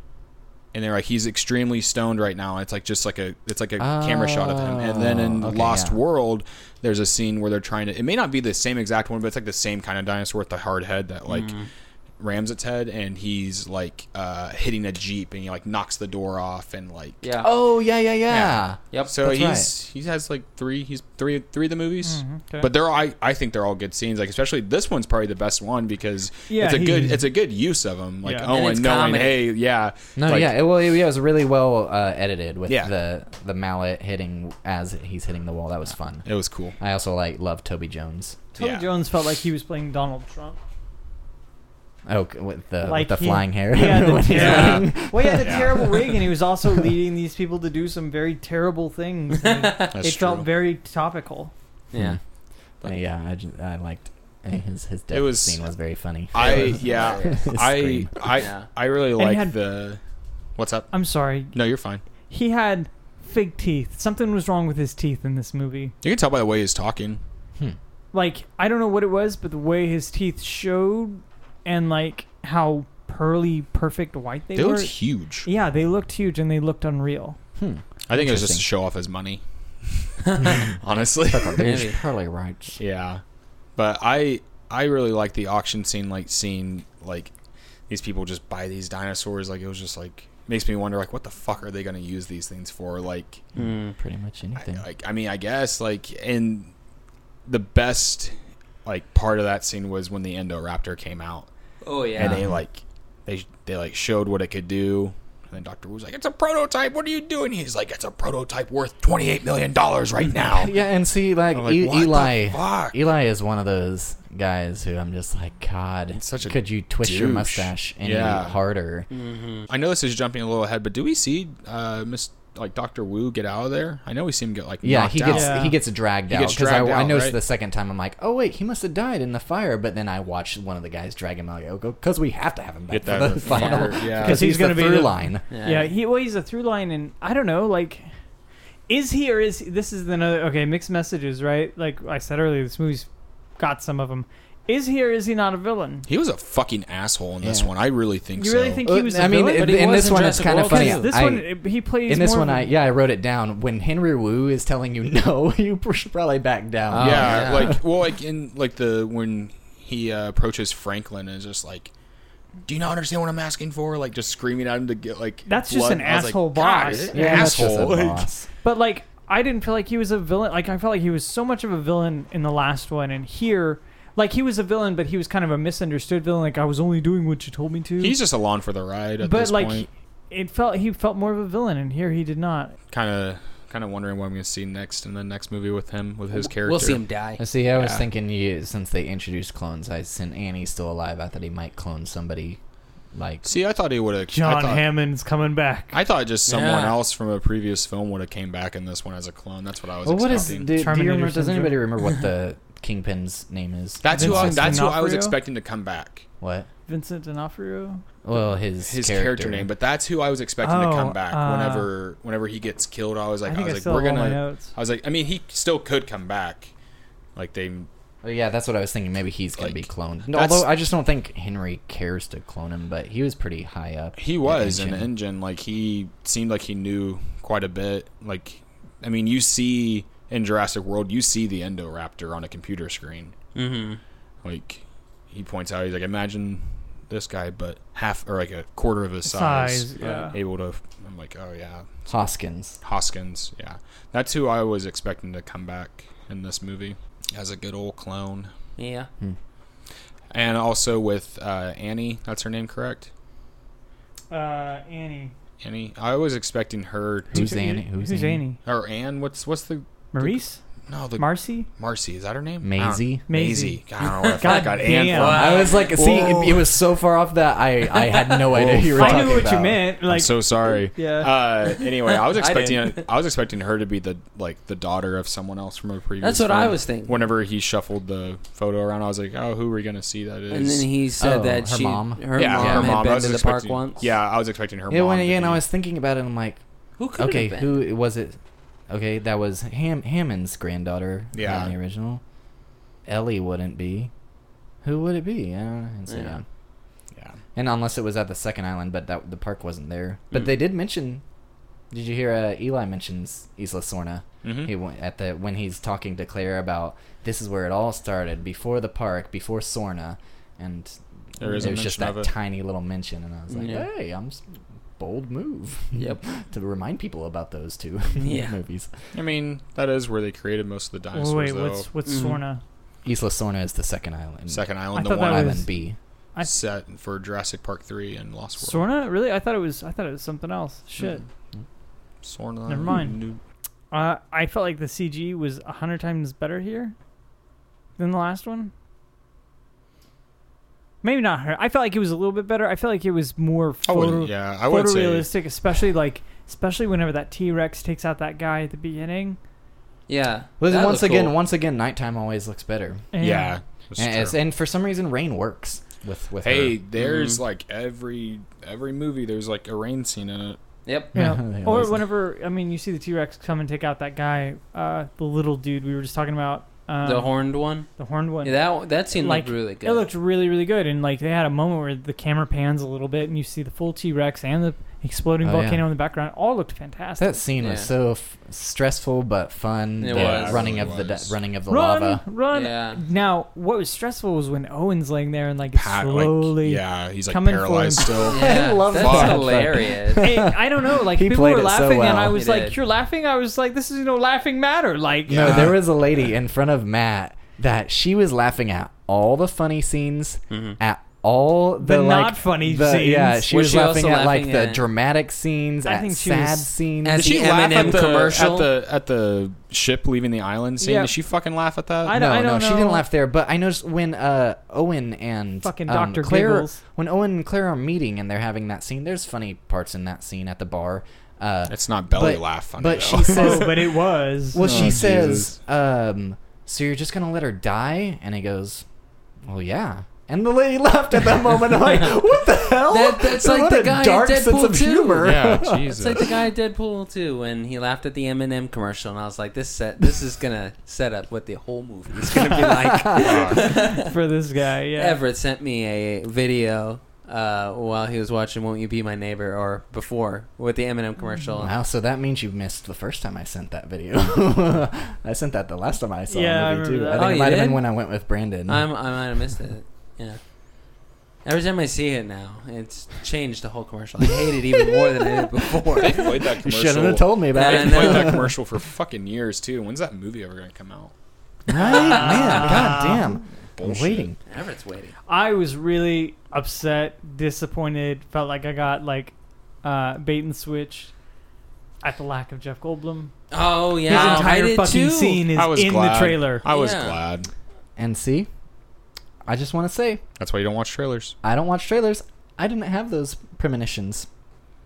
F: And they're like, he's extremely stoned right now. It's like just like a, it's like a camera shot of him. And then in
A: Oh, okay,
F: Lost
A: yeah.
F: World, there's a scene where they're trying to. It may not be the same exact one, but it's like the same kind of dinosaur with the hard head that like
A: Mm-hmm.
F: rams its head, and he's like uh, hitting a jeep, and he like knocks the door off, and like
E: Yeah.
A: oh yeah, yeah, yeah.
F: Yeah.
E: Yep.
F: So
A: That's Mm-hmm.
F: he's he has like three he's three three of the movies,
C: Mm-hmm, okay.
F: but they're I I think they're all good scenes. Like especially this one's probably the best one because
C: Yeah,
F: it's a good
C: he-
F: it's a good use of them. Like
B: Yeah.
F: Owen
E: And it's
F: knowing
E: comedy.
F: hey yeah
A: No,
F: like,
A: yeah, it, well, it, yeah, it was really well uh, edited with
F: Yeah.
A: the the mallet hitting as he's hitting the wall. That was fun.
F: it was cool.
A: I also like love Toby Jones.
C: Toby
F: yeah.
C: Jones felt like he was playing Donald Trump.
A: Oh, c- with the
C: Like
A: with the
C: he-
A: flying hair.
C: Yeah, the
A: When he's
C: terrible-
A: running.
C: Well, he had the
F: Yeah.
C: terrible rig, and he was also leading these people to do some very terrible things. and
F: That's
C: it
F: true.
C: felt very topical.
E: Yeah.
A: Uh, yeah, I just, I liked his his
F: It
A: death
F: was-
A: scene was very funny.
F: I
E: was
F: yeah
E: hilarious.
F: I
A: Scream.
F: I
E: Yeah.
F: I really
C: he
F: like
C: had-
F: the what's up.
C: I'm sorry.
F: No, you're fine.
C: He had fake teeth. Something was wrong with his teeth in this movie.
F: You can tell by the way he's talking.
C: like I don't know what it was, but the way his teeth showed and like how pearly, perfect white they,
F: They
C: were.
F: looked huge.
C: yeah, they looked huge and they looked unreal.
A: Hmm.
F: I think it was just to
A: Interesting.
F: show off his money. Honestly.
A: Mm.
E: Maybe.
A: He's probably right.
F: Yeah, but I I really like the auction scene, like seeing like these people just buy these dinosaurs. Like it was just like makes me wonder, like what the fuck are they gonna use these things for? Like,
E: Mm.
A: Pretty much
F: I,
A: anything.
F: like I mean, I guess like and the best like part of that scene was when the Endoraptor came out
E: Oh yeah.
F: and they like they they like showed what it could do. And then Doctor Wu's like, "It's a prototype. What are you doing?" He's like, "It's a prototype worth twenty eight million dollars right now."
A: yeah, and see, like,
F: I'm like,
A: E-
F: "What the
A: Eli,
F: fuck?"
A: Eli is one of those guys who I'm just like, God,
F: It's such a
A: could you twist your
F: douche.
A: mustache any
F: Yeah.
A: harder?
F: I know this is jumping a little ahead, but do we see uh, Miss like Doctor Wu get out of there? I know we see him get like
A: Yeah,
F: knocked
A: he gets
F: out.
C: Yeah.
A: he gets dragged
F: He
A: out
F: gets
A: because I,
F: dragged
A: I
F: out,
A: noticed
F: right?
A: the second time I'm like, oh wait, he must have died in the fire. But then I watched one of the guys drag him out because we have to have him back
F: Get
A: for
F: that
A: the final
F: fucker, yeah.
A: because uh, he's,
C: He's gonna
A: the
C: be
A: through
C: the-
A: line.
E: yeah.
C: Yeah, he well he's a through line and I don't know, like is he or is this is another okay, mixed messages, right? Like I said earlier, this movie's got some of them. Is he or is he not a villain?
F: He was a fucking asshole in this
A: Yeah.
F: one. I really think
C: You
F: so.
C: really think he was a
A: I mean,
C: villain?
A: in,
E: But he
A: in
E: was
A: this
E: in
A: one it's
E: Jurassic
A: kind of
E: World,
A: funny.
E: yeah.
C: this
A: I-
C: one he plays
A: in this
C: more
A: one,
C: of a-
A: I yeah, I wrote it down. When Henry Wu is telling you no, you should probably back down.
E: Oh,
F: yeah,
E: yeah.
F: like well, like in like the when he uh, approaches Franklin and is just like, "Do you not understand what I'm asking for?" Like just screaming at him to get like.
C: That's just
F: blood.
C: an
F: I was like,
C: asshole
F: "God,
C: boss."
F: is it an
A: Yeah, that's just a
F: asshole. Like,
A: loss.
C: But like, I didn't feel like he was a villain. Like, I felt like he was so much of a villain in the last one, and here, like, he was a villain, but he was kind of a misunderstood villain. Like, I was only doing what you told me to.
F: he's just along for the ride at
C: but
F: this
C: like,
F: point.
C: it felt he felt more of a villain, and here he did not.
F: Kind of, kind of wondering what I'm going to see next in the next movie with him, with his character.
E: We'll see him die.
A: Uh, See, I was
F: Yeah.
A: thinking you since they introduced clones, I since Annie's still alive, I thought he might clone somebody like
F: See, I thought he would have.
C: John Hammond's coming back.
F: I thought just someone
E: Yeah.
F: else from a previous film would have came back in this one as a clone. That's what I was
A: Well, what is
F: expecting.
A: do, do you
C: Terminator
A: remember, does
C: syndrome.
A: anybody remember what the Kingpin's name is?
F: that's who I,
C: Vincent
F: that's who I was
C: D'Onofrio?
F: expecting to come back.
A: What?
C: Vincent D'Onofrio.
A: Well, his
F: His character. name, but that's who I was expecting
C: Oh,
F: to come back.
C: uh,
F: whenever whenever he gets killed, I was like,
C: I
F: I,
C: think I,
F: was like,
C: still
F: we're
C: have all my
F: gonna.
C: notes.
F: I was like, I mean, he still could come back. Like they,
A: Oh, yeah, that's what I was thinking. Maybe he's gonna be
F: Like,
A: cloned. No,
F: that's-
A: although I just don't think Henry cares to clone him, but he was pretty high up.
F: he
A: in
F: was in
A: Engine.
F: the engine. Like he seemed like he knew quite a bit. Like, I mean, you see in Jurassic World, you see the Endoraptor on a computer screen.
E: Mm-hmm.
F: Like he points out, he's like, imagine this guy, but half or like a quarter of his size.
C: Size, yeah.
F: Able to, I'm like, oh yeah,
A: Hoskins.
F: Hoskins. Yeah, that's who I was expecting to come back in this movie as a good old clone.
E: Yeah.
F: And also with uh, Annie, that's her name, correct?
C: Uh, Annie.
F: Annie. I was expecting her to
A: Who's Annie?
C: Who's,
A: Who's
C: Annie?
A: Annie?
F: or Anne. What's what's the
C: Maurice?
F: no the
C: Marcy?
F: Marcy is that her name?
A: Maisie?
F: I don't- Maisie. God, I don't know where the fuck I
C: God
F: got
C: damn.
F: Anne from.
A: I was like, see, it, it was so far off that I, I had no idea who you were
C: I
A: talking
C: knew what
A: about.
C: you meant. Like,
F: I'm so sorry.
B: Yeah.
F: Uh, anyway, I was
E: I
F: expecting
E: didn't.
F: I, was expecting her to be the like the daughter of someone else from a previous.
E: That's what
F: film.
E: I was thinking.
F: Whenever he shuffled the photo around, I was like, "Oh, who are we gonna see that is?"
E: And then he said
A: Oh,
E: that
A: her
E: she,
A: mom?
E: her
F: yeah,
E: mom,
F: her
E: had
F: mom. I
E: been
F: was
E: to the park
F: expecting,
E: once.
F: Yeah, I was expecting her.
A: Yeah,
F: mom
A: when
F: to
A: again,
F: be-
A: I was thinking about it. I'm like,
E: Who could
A: okay,
E: have been?
A: who was it? Okay, that was Ham Hammond's granddaughter.
F: Yeah.
A: in the original. Ellie wouldn't be. Who would it be? I don't know. And so,
E: Yeah.
A: yeah.
F: Yeah.
A: And unless it was at the second island, but that the park wasn't there. But
E: Mm.
A: they did mention. Did you hear? Uh, Eli mentions Isla Sorna.
F: Mhm.
A: He went at the when he's talking to Claire about this is where it all started before the park, before Sorna, and
F: There is
A: it
F: a
A: was just
F: mention
A: that
F: of it.
A: tiny little mention, and I was like,
E: Yeah.
A: hey, I'm s- bold move.
E: Yep.
A: to remind people about those two
E: Yeah.
A: movies.
F: I mean, that is where they created most of the dinosaurs.
C: oh, wait,
F: though.
C: what's what's
E: Mhm.
C: Sorna?
A: Isla Sorna is the second island.
F: Second
C: I
F: Island, the
C: thought that
F: one
A: island
C: was-
A: B.
C: I-
F: set for Jurassic Park three and Lost World.
C: Sorna? Really? I thought it was. I thought it was something else. Shit.
F: Sorna.
C: Never mind.
F: Noob.
C: Uh, I felt like the CG was a hundred times better here than the last one. Maybe not her. I felt like it was a little bit better. I felt like it was more
F: I
C: photo,
F: wouldn't. Yeah, I would say.
C: photorealistic, especially like especially whenever that T Rex takes out that guy at the beginning.
E: Yeah.
A: Well,
E: that
A: once
E: looked
A: again,
E: cool.
A: once again, nighttime always looks better.
C: And
F: Yeah. that's
A: And, it's-
F: true.
A: and for some reason, rain works with with
F: Hey,
A: her.
F: there's
E: Mhm.
F: like every every movie. There's like a rain scene in it.
E: Yep.
C: Yeah.
A: They
C: or
A: always-
C: whenever I mean, you see the T Rex come and take out that guy, uh, the little dude we were just talking about. Um,
E: the horned one.
C: the horned one.
E: Yeah, that that scene
C: Like,
E: looked really good.
C: It looked really, really good, and like they had a moment where the camera pans a little bit, and you see the full T Rex and the exploding
A: Oh, yeah.
C: volcano in the background. All looked fantastic.
A: That scene was
E: Yeah.
A: so f- stressful but fun.
E: It
A: the
E: was.
A: running
F: It
A: of the
F: was.
A: da- running of the
C: run,
A: lava.
C: run.
E: Yeah.
C: Now, what was stressful was when Owen's laying there and like
F: Pat, like,
C: slowly.
F: yeah, he's like
C: coming for
F: paralyzed
C: him.
F: still.
E: Yeah,
A: I love
E: that's
F: that.
E: hilarious.
C: Hey, I don't know. Like
A: He
C: people
A: played
C: were
A: it so
C: laughing, and I
A: well.
C: was
E: He
C: like,
E: did.
C: "You're laughing." I was like, "This is no laughing matter." Like,
F: Yeah.
A: No, there was a lady in front of Matt that she was laughing at all the funny scenes, at all the,
C: The
A: like,
C: not funny
A: the- Yeah,
C: scenes.
A: she
E: Mm-hmm. Was
A: was
E: she
A: laughing
E: also
A: at like
E: laughing
A: the
E: at-
A: dramatic scenes,
C: I
A: at
C: think she
A: sad
C: was-
A: scenes.
E: As
F: Did she
E: The
F: laugh
E: M&M
F: at the
E: commercial?
F: at the at the ship leaving the island scene?
C: Yeah.
F: Did she fucking laugh at that?
C: I don't-
A: no, no,
C: don't
A: she didn't
C: know.
A: laugh there. But I noticed when uh, Owen and
C: Fucking
A: um,
C: Dr.
A: Claire,
C: Giggles.
A: when Owen and Claire are meeting and they're having that scene, there's funny parts in that scene at the bar. Uh,
F: it's not belly
A: but-
F: laugh funny.
A: but
F: though.
A: she says,
C: oh, but it was.
A: Well, she
F: Oh,
A: says,
F: Jesus.
A: um, "So you're just gonna let her die?" And he goes, "Well, yeah." And the lady laughed at that moment. I'm like, what the hell?
E: That- that's like
A: what
E: the
A: a
E: guy in
A: dark
E: Deadpool
A: sense of
E: 2.
A: humor.
F: yeah, Jesus.
E: It's like the guy at Deadpool too, when he laughed at the M&M commercial, and I was like, "This set, this is gonna set up what the whole movie is gonna be like."
F: God.
C: for this guy, yeah.
E: Everett sent me a video uh, while he was watching "Won't You Be My Neighbor" or before with the M&M commercial.
A: Wow, so that means you missed the first time I sent that video. I sent that the last time I saw
C: Yeah, I
A: a movie too.
C: remember
A: I
C: that.
A: think
E: Oh,
A: it
E: you
A: might have
E: did?
A: been when I went with Brandon.
E: I'm, I might have missed it. Yeah. Every time I see it now, it's changed the whole commercial. I hate it even more than I did before.
F: they played that
A: you
F: commercial.
A: shouldn't have told me about
E: Yeah,
A: it.
F: They
E: I know.
F: played that commercial for fucking years too. When's that movie ever gonna come out?
A: Right, man. God damn. I'm
F: Bullshit.
A: waiting.
E: Everett's waiting.
C: I was really upset, disappointed, felt like I got like uh, bait and switch at the lack of Jeff Goldblum.
E: Oh
C: His
E: yeah, I
C: entire
E: did
C: fucking
E: too.
C: scene is
F: I was
C: in
F: glad.
C: the trailer.
F: I was
E: Yeah.
F: glad.
A: And see, I just want to say,
F: That's why you don't watch trailers.
A: I don't watch trailers. I didn't have those premonitions.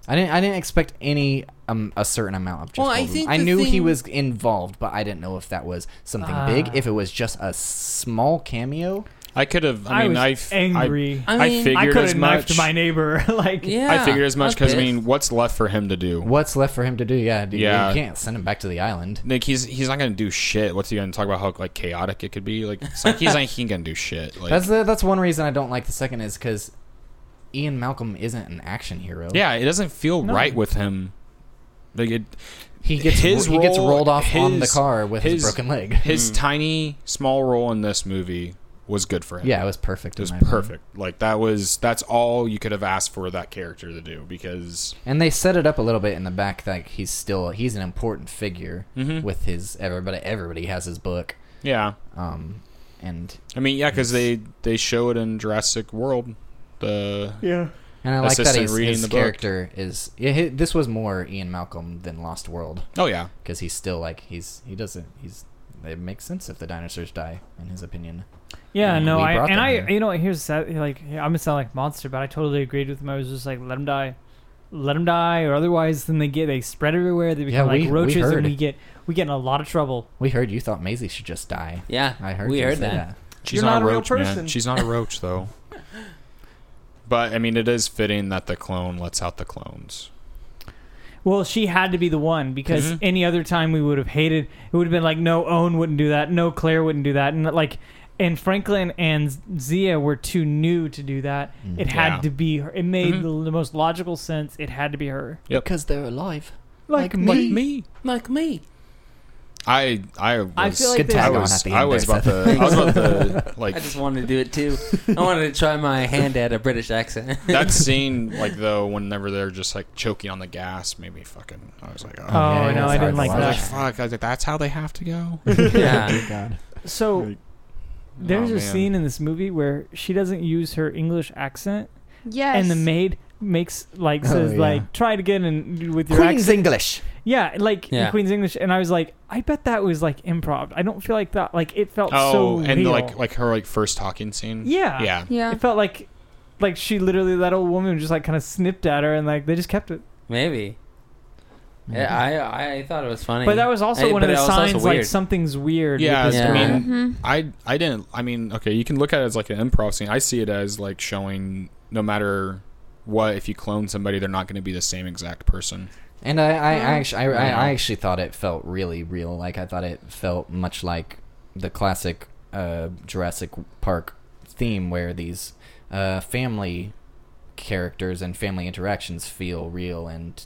A: I didn't. I didn't expect any um, a certain amount of. Jeff
E: Well, I
A: Goldblum.
E: think
A: I
E: the
A: knew he
E: thing-
A: was involved, but I didn't know if that was something big.
C: Ah.
A: If it was just a small cameo,
F: I could have. I mean,
C: was
F: I've
C: angry.
F: I,
E: I mean, I
F: figured
C: I could
F: as
C: have
F: much.
C: knifed my neighbor. like,
E: Yeah,
F: I figured as much
E: was
F: because I mean,
E: pissed.
F: what's left for him to do?
A: what's left for him to do? Yeah, dude,
F: Yeah.
A: you can't send him back to the island.
F: Like he's he's not gonna do shit. What's he gonna talk about? How like chaotic it could be. Like it's like he's like he ain't gonna do shit. Like
A: That's the, that's one reason I don't like the second is because Ian Malcolm isn't an action hero.
F: yeah, it doesn't feel
C: No.
F: right with him. Like it,
A: he gets
F: his
A: he gets
F: role-
A: rolled off on the
F: his-
A: car with his,
F: his-
A: broken leg.
F: his tiny small role in this movie was good for him.
A: Yeah, it was perfect.
F: It
A: in
F: was
A: my opinion.
F: perfect. Like that was that's all you could have asked for that character to do because
A: And they set it up a little bit in the back that he's still he's an important figure
F: Mhm.
B: Mm-hmm.
A: with his everybody everybody has his book.
F: yeah,
A: Um and
F: I mean yeah, because they they show it in Jurassic World. The
B: Yeah.
A: and I like that
F: Assistant
A: his,
F: reading
A: his
F: the book.
A: character is yeah, hi- this was more Ian Malcolm than Lost World
F: oh yeah,
A: because he's still like he's he doesn't he's it makes sense if the dinosaurs die in his opinion.
C: Yeah,
A: And
C: no,
A: we
C: I
A: brought
C: and
A: them
C: I,
A: here.
C: you know, here's that, like I'm gonna sound like a monster, but I totally agreed with him. I was just like, let them die, let them die, or otherwise, then they get they spread everywhere. They
A: Yeah,
C: become
A: we-
C: like
A: we
C: roaches,
A: heard.
C: and we get we get in a lot of trouble.
A: We heard you thought Maisie should just die.
E: Yeah,
A: I heard
E: we
A: you
E: heard
A: say
E: that.
F: she's
B: You're
F: not,
B: not
F: a
B: a real
F: roach, man.
B: person.
F: She's not a roach though. But I mean, it is fitting that the clone lets out the clones.
C: Well, she had to be the one because
F: Mhm.
C: any other time we would have hated. It would have been like, no, Owen wouldn't do that. No, Claire wouldn't do that, and like, and Franklin and Zia were too new to do that.
A: Mm.
C: It had
F: Yeah.
C: to be her. It made
F: Mhm.
C: the, the most logical sense. It had to be her.
A: Because they're alive.
C: Like,
F: Like me,
E: Like me.
F: I I was
C: I feel like
A: Good
C: they-
F: I
A: tag on at
F: was,
A: the end
F: I was
A: there,
F: about to I was about to
E: I
F: like
E: just wanted to do it too. I wanted to try my hand at a British accent.
F: that scene like though whenever they're just like choking on the gas made me fucking I was like oh,
C: Oh,
A: yeah,
C: no,
A: it's
C: I
A: hard
C: didn't
A: to
C: like
F: I was like
C: that.
A: watch.
F: fuck I was like that's how they have to go
E: yeah.
A: God.
C: so. There's
F: Oh,
C: a
F: man.
C: scene in this movie where she doesn't use her English accent,
D: Yes.
C: and the maid makes like
A: Oh,
C: says
A: yeah.
C: like try it again and with your
A: Queen's
C: accent.
A: English.
C: yeah, like in
E: Yeah.
C: Queen's English. And I was like, I bet that was like improv. I don't feel like that. Like it felt
F: oh
C: so
F: and
C: real.
F: like like her like first talking scene
C: yeah,
F: yeah
D: Yeah.
C: It felt like like she literally that old woman just like kind of snipped at her and like they just kept it.
E: Maybe. Yeah, I I thought it was funny.
C: But that was also
E: Hey,
C: one of
E: but
C: the
E: it was also
C: signs like
E: weird.
C: something's weird. with
F: Yeah,
C: this
E: I
C: girl.
E: mean,
D: hmm
F: I I didn't I mean okay you can look at it as like an improv scene I see it as like showing no matter what if you clone somebody they're not going to be the same exact person
A: And I, I, I
D: Yeah.
A: actually, I, I, I
E: Yeah.
A: actually thought it felt really real. Like I thought it felt much like the classic uh, Jurassic Park theme, where these uh, family characters and family interactions feel real and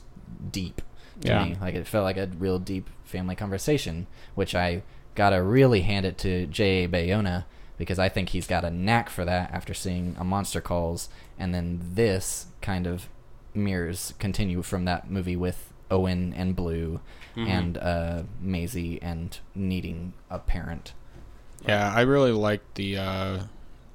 A: deep to
F: Yeah.
A: me. Like it felt like a real deep family conversation, which I gotta really hand it to J.A. Bayona because I think he's got a knack for that after seeing a Monster Calls and then this kind of mirrors continue from that movie with Owen and Blue
E: Mm-hmm.
A: and uh, Maisie and needing a parent.
F: yeah I really liked the uh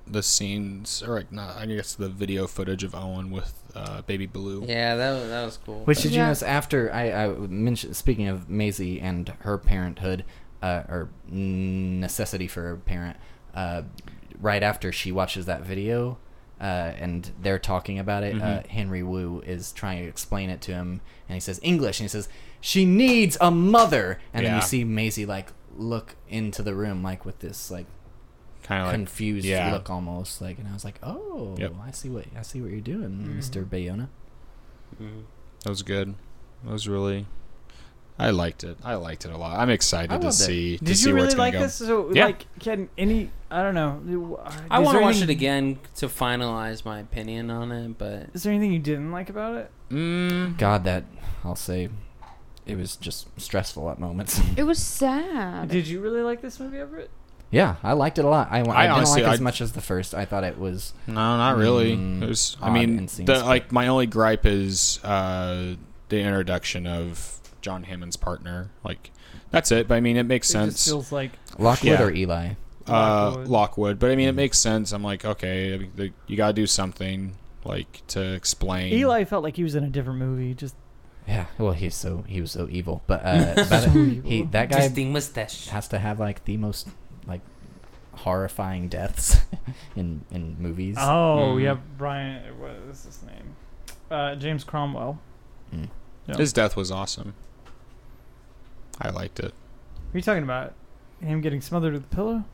F: the scenes or like not I guess the video footage of Owen with uh baby blue
E: yeah, that was, that was cool.
A: Which did you
D: Yeah.
A: notice after I, I mentioned? Speaking of Maisie and her parenthood, uh, or necessity for a parent, uh, right after she watches that video, uh, and they're talking about it, uh,
F: Mm.
A: Henry Wu is trying to explain it to him, and he says English, and he says she needs a mother, and then
F: Yeah.
A: you see Maisie like look into the room like with this like
F: kind of like
A: confused
F: yeah.
A: look almost like and i was like oh
F: Yep.
A: i see what i see what you're doing mr bayona
E: Mm-hmm.
F: That was good. That was really. I liked it. I liked it a lot. I'm excited
A: I
F: to
A: loved it.
F: see to
C: Did
F: see
C: you
F: where
C: really
F: it's gonna
C: like
F: go.
C: this? So
F: Yeah.
C: like, can any? I don't know. uh,
E: I
C: Is
E: want to
C: there
E: watch
C: any-
E: it again to finalize my opinion on it, but
C: Is there anything you didn't like about it?
F: Mm,
A: god that i'll say it was just stressful at moments
D: It was sad.
C: Did you really like this movie, Everett?
A: yeah i liked it a lot i, I, didn't
F: honestly-
A: like it
F: I-
A: as much as the first i thought it was
F: no, not really.
A: Mm,
F: There's. I
A: odd
F: mean,
A: and scenes,
F: the,
A: but-
F: like my only gripe is uh, the introduction of John Hammond's partner. Like, that's it. But I mean, it makes
C: It just
F: sense.
C: feels like
A: lockwood
F: Yeah.
A: or eli
F: uh,
C: Lockwood.
F: Lockwood. But I mean, it
A: Mm.
F: makes sense. I'm like, okay, I mean, the- you gotta do something like to explain.
C: Eli felt like he was in a different movie. Just
A: yeah well he's so he was so evil but uh about it, he that guy
E: Distinct mustache.
A: has to have like the most like horrifying deaths in in movies
C: oh
E: Mhm.
C: yeah, Brian. What is his name? Uh, James Cromwell.
A: Mm.
C: Yeah.
F: His death was awesome. I liked it.
C: Are you talking about him getting smothered with a pillow?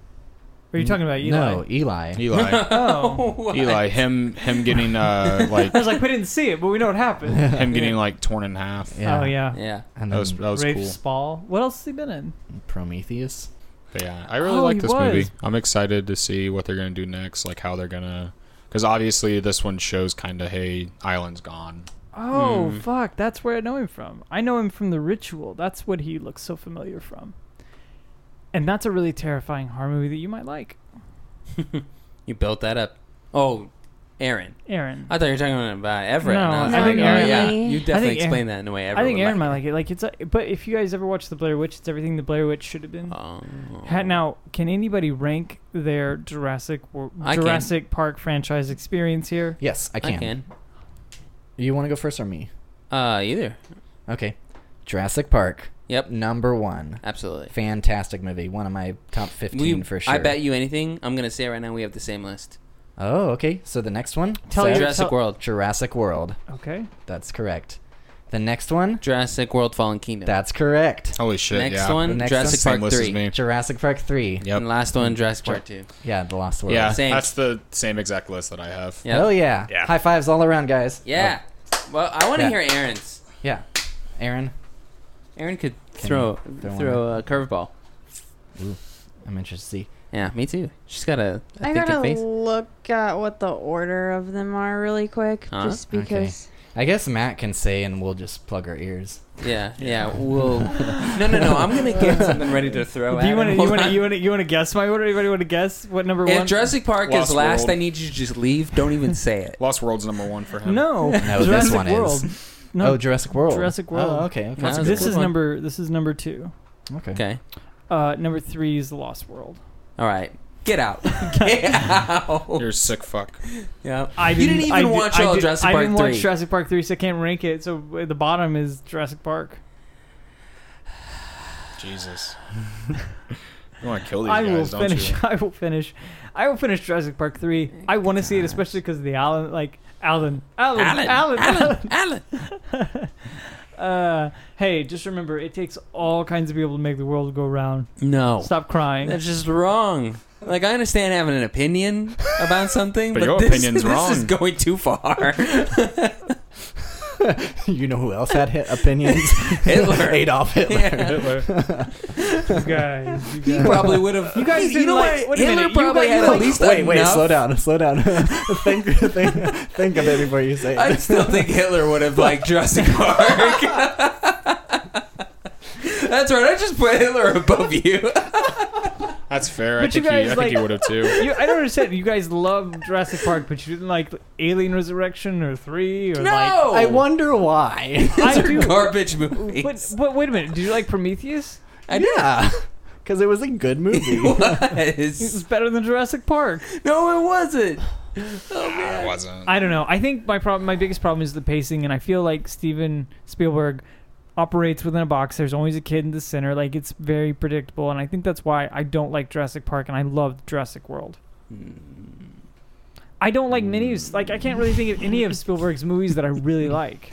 C: Or are you talking about Eli?
A: no eli
F: Eli.
C: Oh.
E: What?
F: Eli. Him. Him getting uh like
C: I was like, we didn't see it, but we know what happened.
F: him getting like torn in half.
C: Oh yeah.
E: Yeah.
A: and
F: That was
A: then
F: that was
C: Rafe
F: cool.
C: Spall. What else has he been in?
A: prometheus
F: But yeah, I really
C: Oh,
F: like
C: he
F: this movie.
C: was.
F: I'm excited to see what they're gonna do next, like how they're gonna, because obviously this one shows kind of hey, Island's gone.
C: Oh
E: Mm.
C: fuck, that's where I know him from. I know him from The Ritual. That's what he looks so familiar from. And that's a really terrifying horror movie that you might like.
E: you built that up. Oh, Aaron.
C: Aaron.
E: I thought you were talking about Everett.
C: No,
E: and I, was
D: I
E: like,
D: think
E: oh,
D: Aaron-
E: yeah.
D: I
E: You
D: think
E: definitely
C: Aaron-
E: explain that in a way. Everett
C: I think
E: would
C: Aaron might
E: like.
C: like it. Like it's, a, but if you guys ever watched the Blair Witch, it's everything the Blair Witch should have been.
E: Oh.
C: Ha- Now, can anybody rank their Jurassic Wor-
E: I can.
C: Jurassic Park franchise experience here?
A: Yes, I
E: I
A: can.
E: can.
A: You want to go first or me?
E: Uh, either.
A: Okay. Jurassic Park,
E: Yep.
A: number one.
E: Absolutely.
A: Fantastic movie. One of my top 15
E: We-
A: for sure.
E: I bet you anything. I'm gonna say right now we have the same list.
A: Oh, okay. So the next one?
C: Tell
A: Seth?
C: your-
E: Jurassic
C: tell-
E: World.
A: Jurassic World.
C: Okay.
A: That's correct. The next one?
E: Jurassic World Oh, Fallen Kingdom.
A: That's correct.
F: Holy shit!
E: next
F: yeah.
E: one,
A: The next
E: Jurassic
F: Same
E: Park
F: list as
E: Three.
F: me.
A: Jurassic Park 3.
E: And
F: Yep.
E: last one, Jurassic Park Two.
A: Yeah, The Lost World.
F: Yeah,
E: Same.
F: that's the same exact list that I have.
E: Yeah.
A: Hell yeah.
F: Yeah.
A: High fives all around, guys. Oh,
E: Yeah. Well, I want to
A: Yeah.
E: hear Aaron's.
A: Oh, yeah. Aaron,
E: Aaron could throw
A: throw
E: throw, a curveball.
A: I'm interested to see.
E: Yeah, me too. She's got a, a
D: I
E: thinking
D: gotta
E: face.
D: look at what the order of them are really quick,
E: Huh?
D: just
A: Okay.
D: because.
A: I guess Matt can say and we'll just plug our ears.
E: Yeah, yeah. We'll. no, no, no. I'm gonna get something ready to throw.
C: Do
E: at
C: you want to
E: him.
C: you
E: Hold
C: want to
E: on.
C: you want to you want to guess my order? Anybody want to guess what number
E: If
C: one?
E: Jurassic Park
F: Lost
E: is last,
F: World.
E: I need you to just leave. Don't even say it.
F: Lost World's number one for him.
C: no,
A: No, this
C: Jurassic
A: one is.
C: World. No,
A: Oh, Jurassic World.
C: Jurassic World.
A: Oh, okay. Okay.
E: That's a
C: this
E: good
C: is
E: one.
C: number this is number two.
A: okay.
E: Okay.
C: Uh, number three is The Lost World.
E: All right. Get out. Get out.
F: You're a sick fuck.
E: Yeah.
C: I
E: You didn't even
C: I did-
E: watch
C: I
E: all
C: did-
E: Jurassic
C: I
E: Park
C: didn't watch
E: 3.
C: Jurassic Park three, so I can't rank it. So at the bottom is Jurassic Park.
F: Jesus. you want to kill these
C: I will
F: guys, don't
C: finish.
F: you?
C: I will finish. I will finish Jurassic Park three. I want to see it, especially because of the Alan, like Alan, Alan,
E: Alan. Alan. Alan.
C: Uh, hey, just remember, it takes all kinds of people to make the world go round.
E: No.
C: Stop crying.
E: Oh. That's just wrong. Like I understand having an opinion about something,
F: But
E: but,
F: your
E: this,
F: opinion's
E: this is
F: wrong.
E: going too far.
A: you know who else had hit opinions?
E: Hitler.
A: Adolf Hitler.
C: you guys, you
E: He
C: guys.
E: probably would have.
C: You guys didn't
E: know
C: like-
E: what?
C: wait a
E: Hitler
C: minute, you
E: probably
C: guys
E: had
C: didn't
E: at least
A: Wait, wait,
E: enough-
A: slow down, slow down. think, think, think of it before you say
E: I
A: it.
E: still think Hitler would have liked Jurassic Park. That's right. I just put Hitler above you.
F: That's fair. I
C: But you
F: think, he, I
C: guys,
F: think he
C: like-
F: would have too.
C: You, I don't understand. You guys love Jurassic Park, but you didn't like Alien Resurrection or three or
E: No,
C: like.
A: I wonder why.
C: I
E: These are
C: do.
E: garbage movies.
C: But, but wait a minute. Did you like Prometheus?
E: I did.
A: yeah, because it was a good movie.
E: It
C: It was
E: was.
C: better than Jurassic Park.
E: No, it wasn't. Oh
F: I
E: man.
F: wasn't.
C: I don't know. I think my problem, my biggest problem is the pacing, and I feel like Steven Spielberg operates within a box. There's always a kid in the center. Like it's very predictable, and I think that's why I don't like Jurassic Park, and I love Jurassic World. I don't like many. of- Like I can't really think of any of Spielberg's movies that I really like.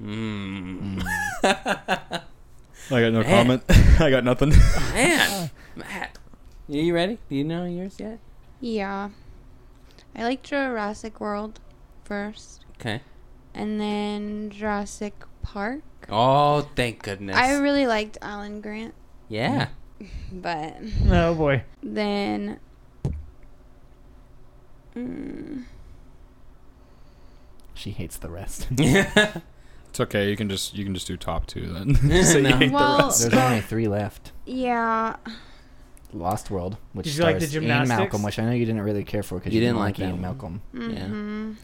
E: Mm.
F: I got no
E: Man. comment.
F: I got nothing.
E: Man, Matt, are you ready? Do you know yours yet?
D: Yeah, I like Jurassic World first,
E: Okay.
D: and then Jurassic Park.
E: Oh, thank goodness.
D: I really liked Alan Grant,
E: yeah.
D: but
C: Oh boy.
D: then. Mm,
A: she hates the rest.
F: It's okay. You can just you can just do top two then.
E: No.
F: hate
D: Well,
A: There's only three left.
D: yeah,
A: Lost World, which
C: Did you
A: stars
C: like the
A: Ian
C: gymnastics?
A: Malcolm, which I know you didn't really care for because
E: You
A: you,
E: didn't
A: didn't like
E: like that
A: Ian
E: one.
A: Malcolm.
D: mhm.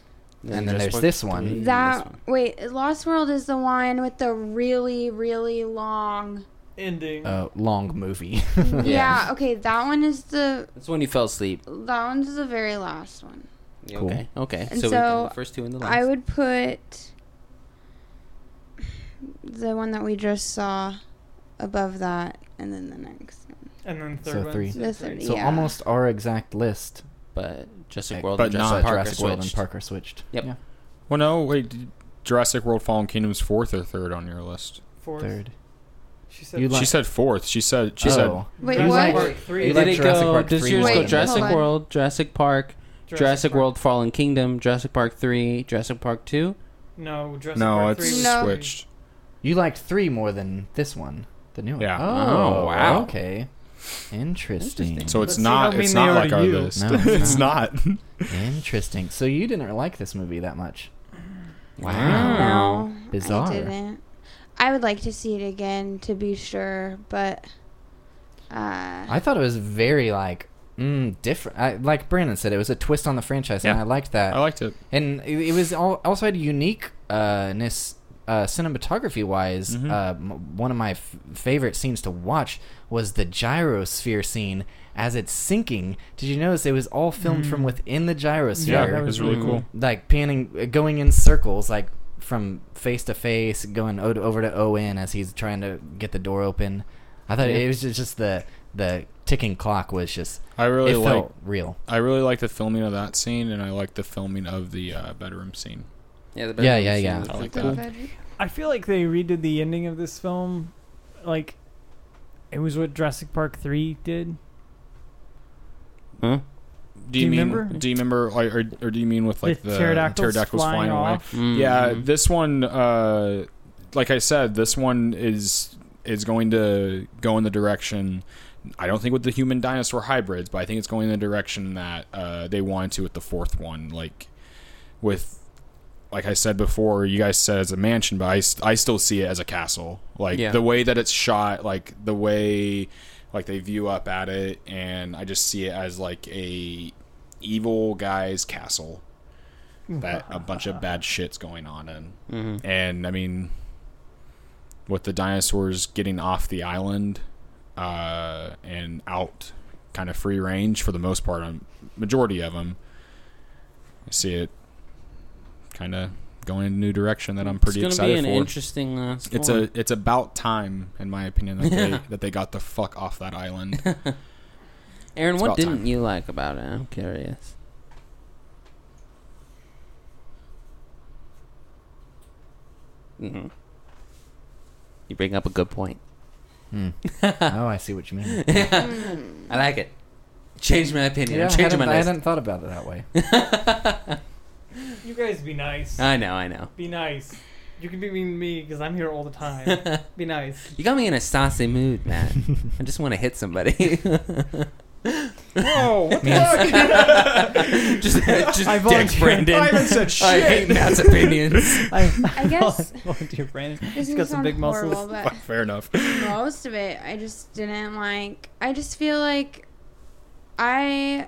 A: And then there's this one.
E: three, and
D: That
E: this one.
D: wait, Lost World is the one with the really really long.
B: Ending.
A: Uh, long movie.
D: Yeah. okay, that one is the
E: That's when you fell asleep.
D: that one's the very last one.
E: Yeah,
A: Cool.
E: Okay. Okay.
D: And
E: so, we did
D: so
E: the first two and the last.
D: I would put the one that we just saw above that, and then the next. one.
C: And then third
A: So
C: one's
A: three.
D: The third,
A: so
D: yeah.
A: almost our exact list.
E: but Jurassic
A: Like,
E: World
F: but
E: and
F: not
A: But
E: Jurassic Park
A: Jurassic
E: are
A: World and
E: switched.
A: Park are switched.
E: Yep.
A: Yeah.
F: well, no, wait. did- Jurassic World: Fallen Kingdom's fourth or third on your list?
B: Fourth.
A: Third.
B: She said.
A: You
F: She
A: Like-
F: said fourth. She said she said
A: oh.
D: Wait,
A: You
D: what?
A: like-
B: three.
A: you
E: Did
A: like
E: it
A: Jurassic
E: go?
A: Park
E: Does
A: three
E: yours
D: was
E: go
D: the
E: Jurassic
D: best.
E: World, Jurassic Park, Jurassic,
B: Park.
E: World: Fallen Kingdom, Jurassic Park Three, Jurassic Park Two?
C: No, Jurassic
F: no.
C: Park
F: It's
C: three.
D: No.
F: switched.
A: You liked three more than this one, the new one.
F: Yeah.
A: Oh,
F: Oh, wow.
A: Okay. Interesting.
E: Interesting.
A: Interesting.
F: So
C: Let's
F: it's
C: see how
F: not.
C: mean
F: It's
C: they
F: not
C: are
F: like
C: to
F: our
C: you.
F: list.
A: No, it's
F: it's not.
A: So you didn't like this movie that much.
F: Mm.
E: Wow.
D: No,
A: Bizarre.
D: I didn't. I would like to see it again to be sure, but uh,
A: I thought it was very like mm, different. I, like Brandon said, it was a twist on the franchise, and
F: Yeah.
A: I liked that.
F: I liked it.
A: and it, it was all, also had uniqueness uh, cinematography wise.
F: Mhm.
A: Uh, m- one of my f- favorite scenes to watch was the gyrosphere scene as it's sinking. Did you notice it was all filmed from within the gyrosphere?
F: Mm. Yeah,
C: that
F: it
C: was
F: was really
E: really
F: cool.
A: like panning, uh, going in circles, like from face to face, going o- over to Owen as he's trying to get the door open. I thought it was just, just the the ticking clock was just
F: I really
A: it
F: like.
A: felt real.
F: I really like the filming of that scene, and I like the filming of the uh, bedroom scene.
E: Yeah, the
A: Yeah,
E: bedroom
A: yeah,
E: scene
A: yeah.
E: was
F: I
E: pretty
F: like
E: cool.
F: that.
C: I feel like they redid the ending of this film, like it was what Jurassic Park three did.
E: Huh?
F: Do you,
C: Do you
F: mean?
C: remember?
F: Do you remember? Like, or, or do you mean with like the,
C: pterodactyls,
F: flying, away?
C: off.
E: Mm.
F: Mm-hmm. Yeah, this one. Uh, like I said, this one is is going to go in the direction. I don't think with the human dinosaur hybrids, but I think it's going in the direction that uh, they wanted to with the fourth one. Like with, like I said before, you guys said it's a mansion, but I, st- I still see it as a castle. Like
E: Yeah.
F: the way that it's shot, like the way like they view up at it, and I just see it as like a evil guy's castle that a bunch of bad shit's going on in.
E: Mhm.
F: And I mean, with the dinosaurs getting off the island uh, and out, kind of free range for the most part, on majority of them, I see it kind of going in a new direction that I'm pretty
E: it's gonna
F: excited
E: be an
F: for.
E: interesting uh, last
F: it's
E: one.
F: a it's about time, in my opinion, that they that they got the fuck off that island.
E: Aaron,
F: it's
E: what
F: about
E: didn't
F: time.
E: you like about it? I'm curious. hmm You bring up a good point.
A: Hmm. oh, I see what you mean. Yeah,
D: Mm,
E: I like it. Change my opinion. I'm
A: I,
E: changing
A: hadn't,
E: my
A: I
E: list.
A: hadn't thought about it that way.
B: You guys be nice.
E: I know, I know.
B: Be nice. You can be mean to me because I'm here all the time. be nice.
E: You got me in a saucy mood, Matt. I just want to hit somebody.
F: Whoa! Oh, What the
E: just, just
B: I
E: dick
B: volunteer.
E: Brandon.
F: I haven't said shit.
E: I hate Matt's opinions.
B: I,
D: I guess
B: volunteer Brandon.
D: this
B: He's
D: is
B: got some big muscles.
D: horrible, but
F: Fair enough.
D: most of it I just didn't like. I just feel like I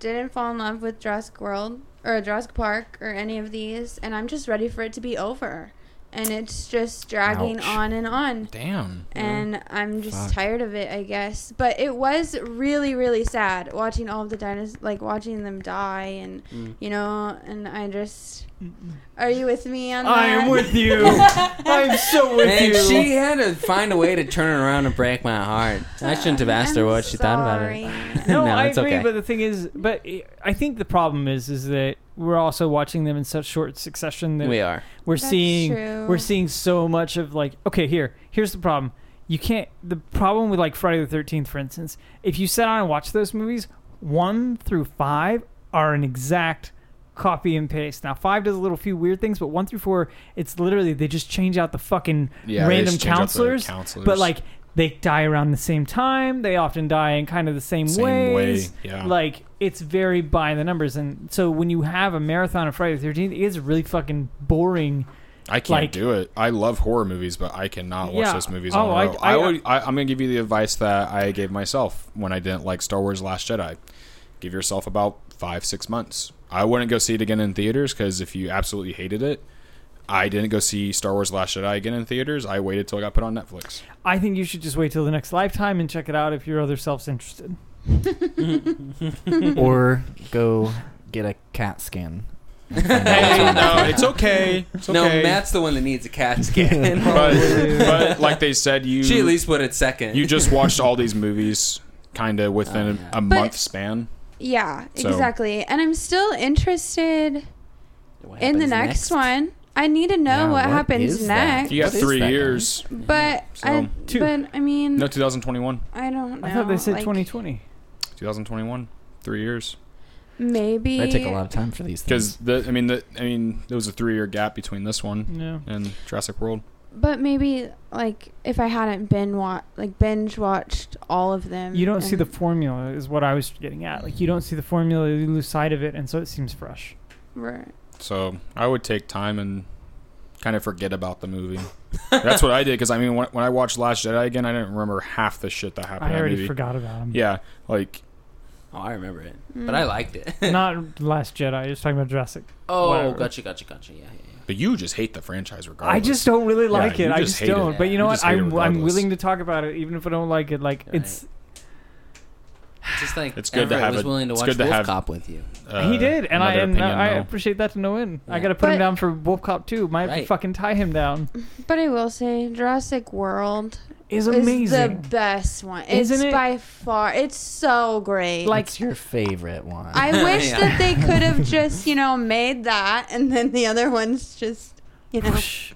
D: didn't fall in love with Jurassic World or Jurassic Park or any of these, and I'm just ready for it to be over. And it's just dragging
A: Ouch.
D: on and on.
F: Damn.
D: And I'm just
A: Fuck.
D: tired of it, I guess. But it was really, really sad watching all of the dinosaurs, like watching them die, and
E: Mm.
D: you know. And I just, are you with me on that?
B: I am with you. I am so with
E: And
B: you.
E: she had to find a way to turn it around and break my heart. I shouldn't have asked her
D: I'm
E: what she thought about it.
D: sorry.
C: no,
E: No,
C: I
E: it's
C: agree.
E: okay.
C: But the thing is, but i I think the problem is, is that we're also watching them in such short succession that
E: We are.
C: we're
D: That's
C: seeing
D: true.
C: we're seeing so much of like okay here here's the problem you can't the problem with like friday the 13th for instance if you sit down and watch those movies one through five are an exact copy and paste now five does a little few weird things but one through four it's literally they just change out the fucking
F: Yeah, they
C: random
F: just change up the
C: counselors,
F: counselors.
C: but like they die around the same time they often die in kind of the same,
F: Same way,
C: ways
F: yeah.
C: like it's very by the numbers and so when you have a marathon of friday the 13th it's really fucking boring
F: I can't
C: Like-
F: do it. I love horror movies, but I cannot watch
C: Yeah.
F: those movies.
C: Oh,
F: Oh,
C: I-
F: I,
C: I-
F: I, would, I, I'm going to give you the advice that I gave myself when I didn't like Star Wars: Last Jedi. Give yourself about five, six months. I wouldn't go see it again in theaters because if you absolutely hated it, I didn't go see Star Wars: Last Jedi again in theaters. I waited till it got put on Netflix.
C: I think you should just wait till the next lifetime and check it out if your other self's interested.
A: or go get a cat scan.
F: no, it's okay. It's okay.
E: No, Matt's the one that needs a CAT scan.
F: But, but like they said, you
E: she at least put it second.
F: you just watched all these movies kind of within
E: Oh, yeah.
F: a, a month span.
D: Yeah,
F: So-
D: exactly. And I'm still interested
E: What
D: in the next,
E: happens
D: one. I need to know
A: Yeah,
D: what,
A: what
D: happens
A: is that?
D: next.
F: You got
A: What is
F: three
A: that,
F: years.
D: But I,
F: So-
C: Two.
D: but I mean,
F: No, 2021.
D: I don't know.
C: I thought they said
D: like,
C: 2020.
F: 2021. Three years.
D: Maybe.
A: That take a lot of time for these
F: Because
A: things.
C: Mm.
F: the, I mean, the, I mean, there was a three-year gap between this one
C: No.
F: and Jurassic World.
D: But maybe like if I hadn't been wa- like binge watched all of them.
C: You don't see the
D: and-
C: formula, is what I was getting at. Like, you don't see the formula, you lose sight of it, and so it seems fresh.
D: Right.
F: So I would take time and kind of forget about the movie. That's what I did. Because I mean, when, when I watched Last Jedi again, I didn't remember half the shit that happened.
C: I
F: in that
C: already
F: movie.
C: forgot about them.
F: Yeah, like
E: Oh, I remember it,
D: Mm.
E: but I liked it.
C: Not Last Jedi. I was talking about Jurassic.
E: oh,
C: whatever.
E: gotcha, gotcha, gotcha. Yeah, yeah, yeah.
F: But you just hate the franchise regardless.
C: I just don't really like
F: you
C: it. I
F: just
C: just
F: hate it.
C: don't. But you know
F: You
C: what?
F: just hate
C: I'm
F: it
C: I'm
F: regardless.
C: willing to talk about it even if I don't like it. Like it's
E: Just like
F: It's good to
E: Everett
F: have
E: was
F: a-
E: willing to
F: it's
E: watch
F: good to
E: Wolf
F: have-
E: Cop with you.
F: Uh,
C: he did, and I
F: another
C: and
F: opinion,
C: I
F: though.
C: appreciate that to no end. I
E: Yeah.
C: gotta put him
D: But-
C: down for Wolf Cop Two. Might
E: Right.
C: fucking tie him down.
D: But I will say Jurassic World
C: Is
D: is the
C: amazing.
D: best one.
C: Isn't
D: it's
C: it?
D: by far. It's so great.
C: Like-
A: It's your favorite one.
D: I wish
E: Yeah.
D: that they could have just, you know, made that and then the other ones just, you know.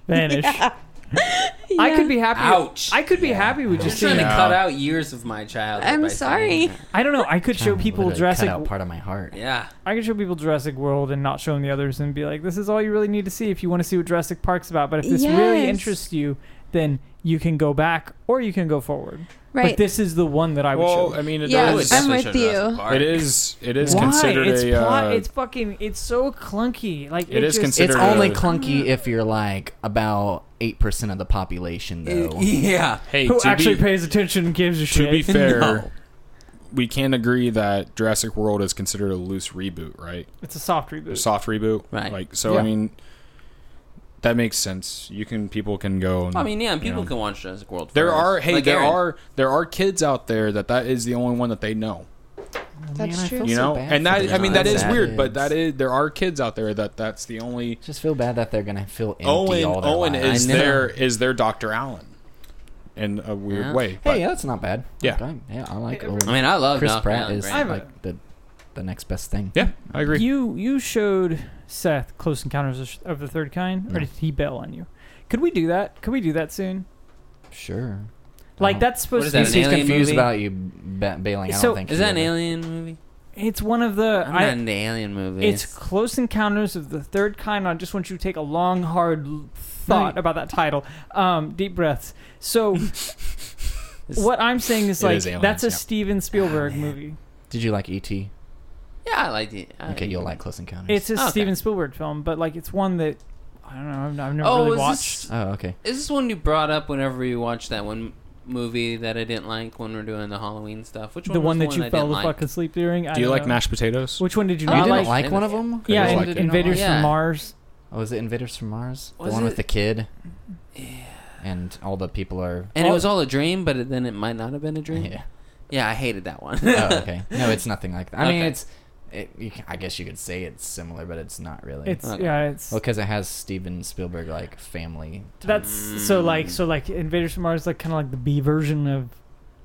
C: Vanish.
D: Yeah.
C: I
D: Yeah.
C: could be happy.
E: Ouch!
C: I could be happy with
E: Just
C: just
E: trying
C: seeing.
E: to
F: Yeah.
E: cut out years of my childhood.
D: I'm
E: by saying
D: sorry.
E: that.
C: I don't know. I could show
A: Kinda
C: people
A: literally
C: Jurassic.
A: Cut out part of my heart.
E: Yeah,
C: I could show people Jurassic World and not show them the others and be like, "This is all you really need to see if you want to see what Jurassic Park's about." But if this really
D: Yes.
C: interests you, then you can go back or you can go forward.
D: Right.
C: But this is the one that I would
F: Well,
C: show.
F: I mean, it
D: Yeah,
E: I
F: does.
E: would
D: I'm
E: definitely
D: with
E: show Jurassic
D: you.
E: Park.
F: It is. It is
C: Why?
F: considered
C: it's
F: a.
C: plot.
F: uh,
C: it's fucking. It's so clunky. Like
F: It is
C: just-
F: considered-
A: It's
F: Consider uh,
A: only
F: a-
A: clunky if you're like about eight percent of the
F: E,
A: population, though.
E: Yeah,
F: hey,
C: who
F: to
C: actually
F: be,
C: pays attention and gives a shit.
F: to be fair,
E: No.
F: we can agree that Jurassic World is considered a loose reboot, right?
C: it's a soft reboot.
F: A soft reboot,
E: Right.
F: Like, so
C: Yeah.
F: I mean, that makes sense. You can people can go. And,
E: I mean, yeah, people
F: know.
E: can watch Jurassic World.
F: There
E: first.
F: are hey,
E: Like
F: there
E: Aaron.
F: are there are kids out there that that is the only one that they know.
D: That's true.
F: you know, and that
E: them.
F: I mean
E: That's
F: that is
E: sad.
F: weird, but that is there are kids out there that that's the only.
A: just feel bad that they're gonna feel empty
F: Owen
A: all their
F: Owen
A: lives.
F: is
E: I know.
F: their is their Doctor Allen, in a weird
E: Yeah.
F: way. but-
A: Hey, yeah, that's not bad.
F: Yeah.
A: Like, I- yeah, I like.
C: Hey,
A: Owen.
E: I mean, I love
A: Chris
E: Knock
A: Pratt
E: Down
A: is
E: Granny.
C: I'm a-
A: like the the next best thing.
F: yeah, I agree.
C: You you showed Seth Close Encounters of- of the Third Kind,
A: No.
C: or did he bail on you? Could we do that? Could we do that soon?
A: Sure.
C: Like
A: Oh.
C: that's supposed
E: is
C: to
E: that,
C: be.
E: an
A: He's, he's
E: alien
A: confused
E: movie?
A: about you ba- bailing. I
C: So-
A: don't think
E: Is
A: he
E: that an
A: ever-
E: alien movie?
C: It's one of the.
E: I'm not
C: I,
E: into alien movies.
C: it's Close Encounters of the Third Kind. I just want you to take a long, hard l- thought
A: Right.
C: about that title. Um, deep breaths. So
E: It's-
C: what I'm saying is
F: It
C: like
F: is aliens,
C: that's a
F: yeah.
C: Steven
E: Oh,
C: Spielberg movie.
A: Did you like E.T.?
E: yeah, I liked it. I- E
A: Okay, you'll like Close Encounters.
C: It's a
E: Okay.
C: Steven Spielberg film, but like it's one that I don't know. I've, I've never
E: Oh,
C: really
E: is
C: watched.
E: this,
A: oh, okay.
E: is this one you brought up whenever you watched that one movie that I didn't like when we are doing the Halloween stuff? Which one?
C: the
E: was
C: one
E: the
C: that you
E: I
C: fell
E: didn't
C: the
E: like?
C: fuck asleep during. I
F: Do you
C: don't
F: like
C: know.
F: mashed potatoes?
C: Which one did you
E: Oh,
A: you
E: I
C: not
A: didn't
C: like?
A: like, one of them?
C: yeah,
F: I
C: in-
F: liked it.
C: Invaders
E: Yeah.
C: from Mars.
A: Oh, is it Invaders from Mars?
E: Was
A: the one
E: it-
A: with the kid. And all the people are.
E: And
C: Oh.
E: it was all a dream, but it, then it might not have been a dream.
A: Yeah.
E: Yeah, I hated that one.
A: Oh, okay. No, it's nothing like that. I mean,
E: Okay.
A: it's. It, you, c- I guess you could say it's similar, but it's not really.
C: It's
E: Okay.
C: yeah, it's
A: well, because it has Steven Spielberg like family.
C: that's so like so like Invaders from Mars like kind of like the B version of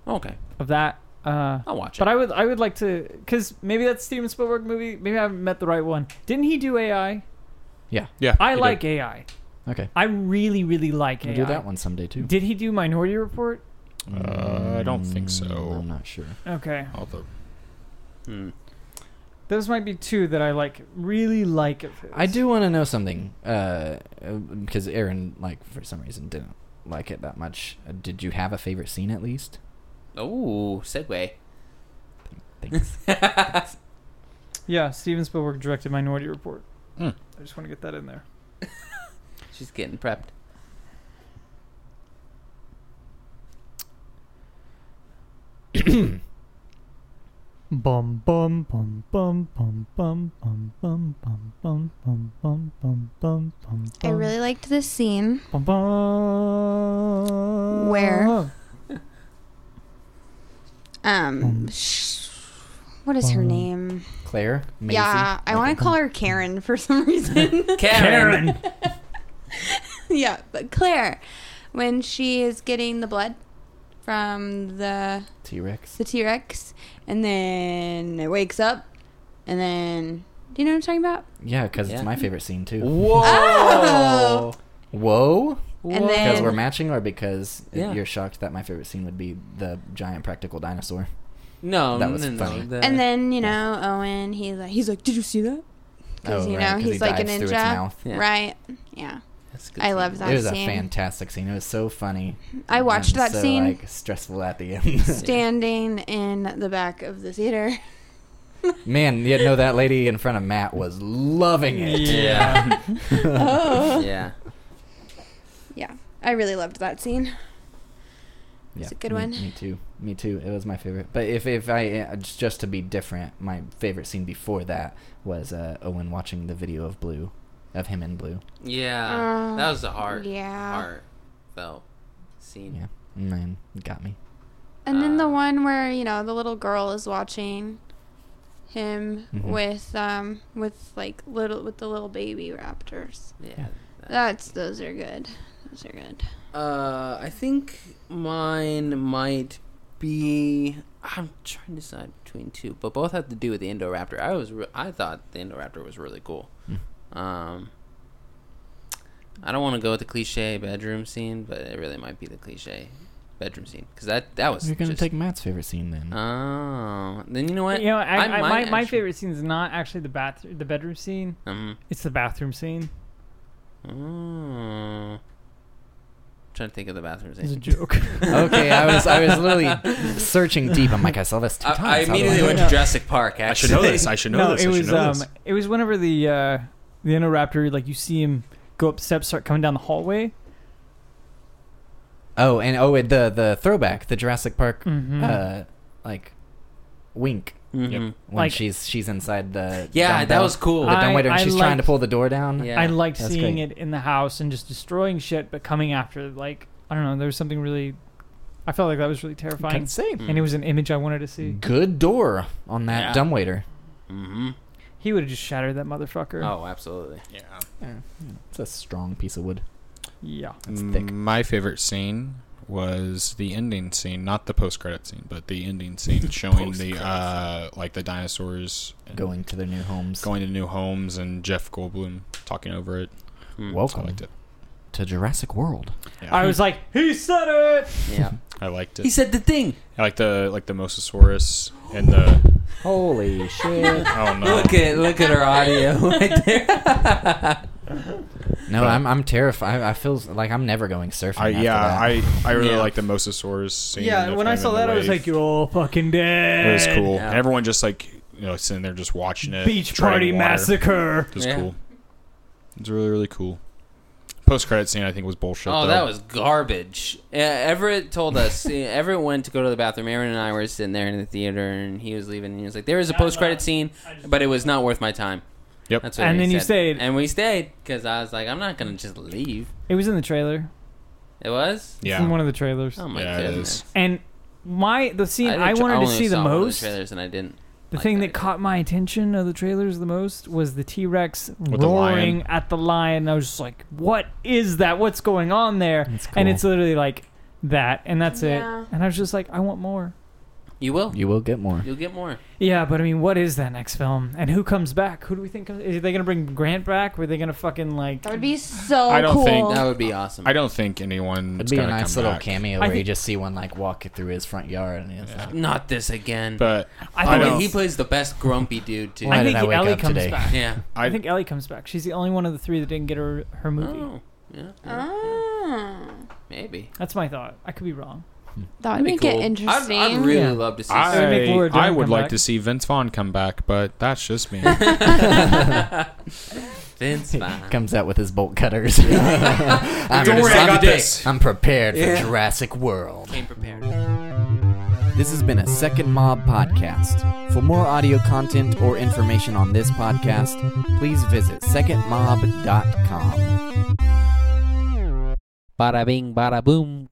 E: okay,
C: of that. Uh,
E: I'll watch it.
C: but I would I would like to because maybe that Steven Spielberg movie maybe I haven't met the right one. Didn't he do AI?
A: Yeah.
F: Yeah,
C: I
F: you
C: like
F: did.
C: AI.
A: Okay.
C: I really really like
A: We'll
C: AI.
A: do that one someday too.
C: Did he do Minority Report?
F: Uh, I don't think
A: Mm,
F: so.
A: I'm not sure.
C: Okay,
F: Although
E: Hmm.
C: those might be two that I like really like. Of his.
A: I do want to know something, because Aaron, like, for some reason, didn't like it that much. Uh, did you have a favorite scene at least?
E: Oh, segue.
A: Thanks.
C: Yeah, Steven Spielberg directed Minority Report.
F: Hmm.
C: I just want to get that in there.
E: She's getting prepped.
C: Bum bum bum bum bum bum bum bum bum bum bum bum bum bum bum.
D: I really liked this scene.
C: Bum, bum.
D: Where? Um, sh- what is her
C: Um,
D: name?
A: Claire? Maisie?
D: Yeah, I want to call her Karen for some reason.
E: Karen.
C: Karen.
D: yeah, but Claire, when she is getting the blood from the
A: T Rex.
D: the T Rex, and then it wakes up, and then do you know what I'm talking about?
A: Yeah, because
E: Yeah.
A: it's my favorite scene, too.
E: Whoa.
D: Oh!
A: Whoa?
D: And
A: Because
D: then
A: we're matching, or because it-
E: Yeah.
A: you're shocked that my favorite scene would be the giant practical dinosaur?
E: No,
A: That was
E: no, no,
A: funny.
E: the-
D: and then you know Owen, he's like he's like, did you see that? Because you know
A: Oh, 'cause
D: he's like a
A: dives through its
D: ninja,
A: mouth.
E: Yeah.
D: right? Yeah,
E: That's a good
D: I
E: scene.
D: love that
A: It was a
D: scene.
A: fantastic scene. It was so funny.
D: I watched
A: and
D: that
A: so,
D: scene.
A: like stressful at the end.
D: standing in the back of the theater.
A: Man, you know that lady in front of Matt was loving it.
E: Yeah.
D: oh.
E: yeah.
D: Yeah, I really loved that scene.
A: Yeah,
D: It's a good
A: me-
D: one.
A: Me too. Me too. It was my favorite. But if if I uh, just just to be different, my favorite scene before that was uh, Owen watching the video of Blue, of him in Blue.
E: Yeah,
D: Uh,
E: that was a hard,
D: yeah.
E: heartfelt scene.
A: Yeah, man, it got me.
D: And then the
E: Uh,
D: one where you know the little girl is watching him
E: Mm-hmm.
A: Mhm.
D: with um with like little with the little baby raptors.
E: Yeah.
D: That's those are good. Those are good.
E: Uh, I think mine might be. I'm trying to decide between two, but both have to do with the Indoraptor. I was re- I thought the Indoraptor was really cool.
C: Hmm.
E: Um, I don't want to go with the cliche bedroom scene, but it really might be the cliche bedroom scene because that that was.
A: You're gonna
E: just-
A: take Matt's favorite scene then.
E: Oh, then you know what?
C: You know, I, I, my, my
E: actually-
C: favorite scene is not actually the bath the bedroom scene.
E: Um,
C: It's the bathroom scene.
E: oh. Trying to think of the bathroom
C: It's a
E: scene.
C: joke.
A: okay, I was I was literally searching deep. I'm like, I saw this two
E: I,
A: times.
E: I
A: How do
E: immediately
A: know?
E: went to Jurassic Park. Actually.
F: I should know this. I should know
C: no,
F: this.
C: it
F: I should
C: was
F: know
C: um,
F: this.
C: it was whenever the uh, the Indoraptor like you see him go up steps, start coming down the hallway.
A: Oh, and oh, it- the the throwback, the Jurassic Park,
C: Mhm.
A: uh, like, wink
E: Mhm.
A: when
C: Like-
A: she's she's inside the
E: Yeah, that
A: dumbbell-
E: was cool.
A: the
C: I-
A: dumbwaiter and
C: I
A: she's trying to
C: liked-
A: pull the door down.
E: Yeah.
C: I liked
A: That's
C: seeing
A: great.
C: it in the house and just destroying shit, but coming after like I don't know. There was something really. I felt like that was really terrifying,
A: Can't say.
C: and it was an image I wanted to see.
A: Good door on that
E: Yeah.
A: dumbwaiter.
E: Mm-hmm.
C: He would have just shattered that motherfucker.
E: Oh, absolutely.
F: yeah.
A: It's a strong piece of wood.
C: Yeah.
A: It's thick.
F: My favorite scene was the ending scene, not the post-credit scene, but the ending scene showing the uh, like the dinosaurs and
A: Going to their new homes.
F: going to new homes and Jeff Goldblum talking over it. So
E: Mm.
F: I
A: Welcome
F: liked it.
A: to Jurassic World.
F: Yeah.
C: I was like, he said it.
E: Yeah.
F: I liked
E: he
F: it.
E: said the thing.
F: I like the like the mosasaurus and the
A: Holy shit!
F: oh no.
E: Look at look at our audio right there.
A: No, I'm I'm terrified. I, I feel like I'm never going surfing.
F: I
A: after
F: yeah,
A: that.
F: I I really
E: Yeah.
F: like the mosasaurus scene.
B: Yeah,
F: of
B: when I
F: him
B: saw
F: in the
B: that, I was
F: wave.
B: like, "You're all fucking dead."
F: It was cool.
E: Yeah.
F: And everyone just like you know sitting there just watching it.
B: Beach
F: treading
B: party
F: water.
B: massacre.
F: It was
E: Yeah.
F: cool. It was really really cool. Post credit scene I think was bullshit.
E: oh,
F: though.
E: that was garbage. Uh, Everett told us. uh, Everett went to go to the bathroom. Aaron and I were sitting there in the theater, and he was leaving. And he was like, "There is a post credit scene, but it was not worth my time."
F: Yep.
E: That's what
C: And
E: he
C: then you
E: said.
C: stayed.
E: and we stayed because I was like, "I'm not gonna just leave."
C: It was in the trailer.
E: It was.
C: It's in
F: yeah.
C: one of the trailers.
E: Oh my
F: Yeah, it is.
E: goodness.
C: And my the scene
E: did
C: I,
E: tra-
C: wanted to
E: only
C: see the
E: saw one of
C: most, the,
E: trailers, and I didn't. like
C: thing that caught my attention of the trailers the most was the T Rex
F: the lion.
C: roaring at the lion. I was just like, "What is that? What's going on there?"
A: That's
C: And
A: cool.
C: it's literally like that, and that's
D: Yeah.
C: it. And I was just like, "I want more."
E: You will.
A: You will get more.
E: You'll get more.
C: Yeah, but I mean, what is that next film? And who comes back? Who do we think comes? Are they gonna bring Grant back? Were they gonna fucking like?
D: That would be so
F: I don't
D: cool.
F: think
E: That would be awesome.
F: I don't think anyone
A: It'd
F: is
A: be a
F: gonna
A: nice
F: come
A: little
F: back.
A: cameo
C: I
A: where you
C: think-
A: just see one like walk it through his front yard and it's like,
E: Not this again.
F: But
C: I
E: Oh,
F: I
E: wait,
F: don't-
E: he plays the best grumpy dude too.
A: Why
C: I
A: did
C: think
A: I wake
C: Ellie
A: up
C: comes
A: today?
C: back.
E: yeah.
C: I,
F: I,
C: think Ellie comes back. She's the only one of the three that didn't get her her movie.
E: Oh. Yeah. yeah,
D: Ah,
E: Maybe.
C: That's my thought. I could be wrong.
D: that would
E: That'd be
D: make it
E: cool.
D: interesting.
E: I'd, I'd really
C: Yeah.
E: love to see.
C: I-
E: some-
C: Nick
F: I,
C: Laura
F: I
C: Dern
F: would
C: come
F: like
C: back.
F: to see Vince Vaughn come back, but that's just me.
E: Vince Vaughn.
A: comes out with his bolt cutters. I'm,
F: Don't worry, I got this.
A: I'm prepared
E: Yeah.
A: for Jurassic World.
E: Came prepared.
G: This has been a Second Mob podcast. For more audio content or information on this podcast, please visit secondmob.com.
E: Bada bing, bada boom.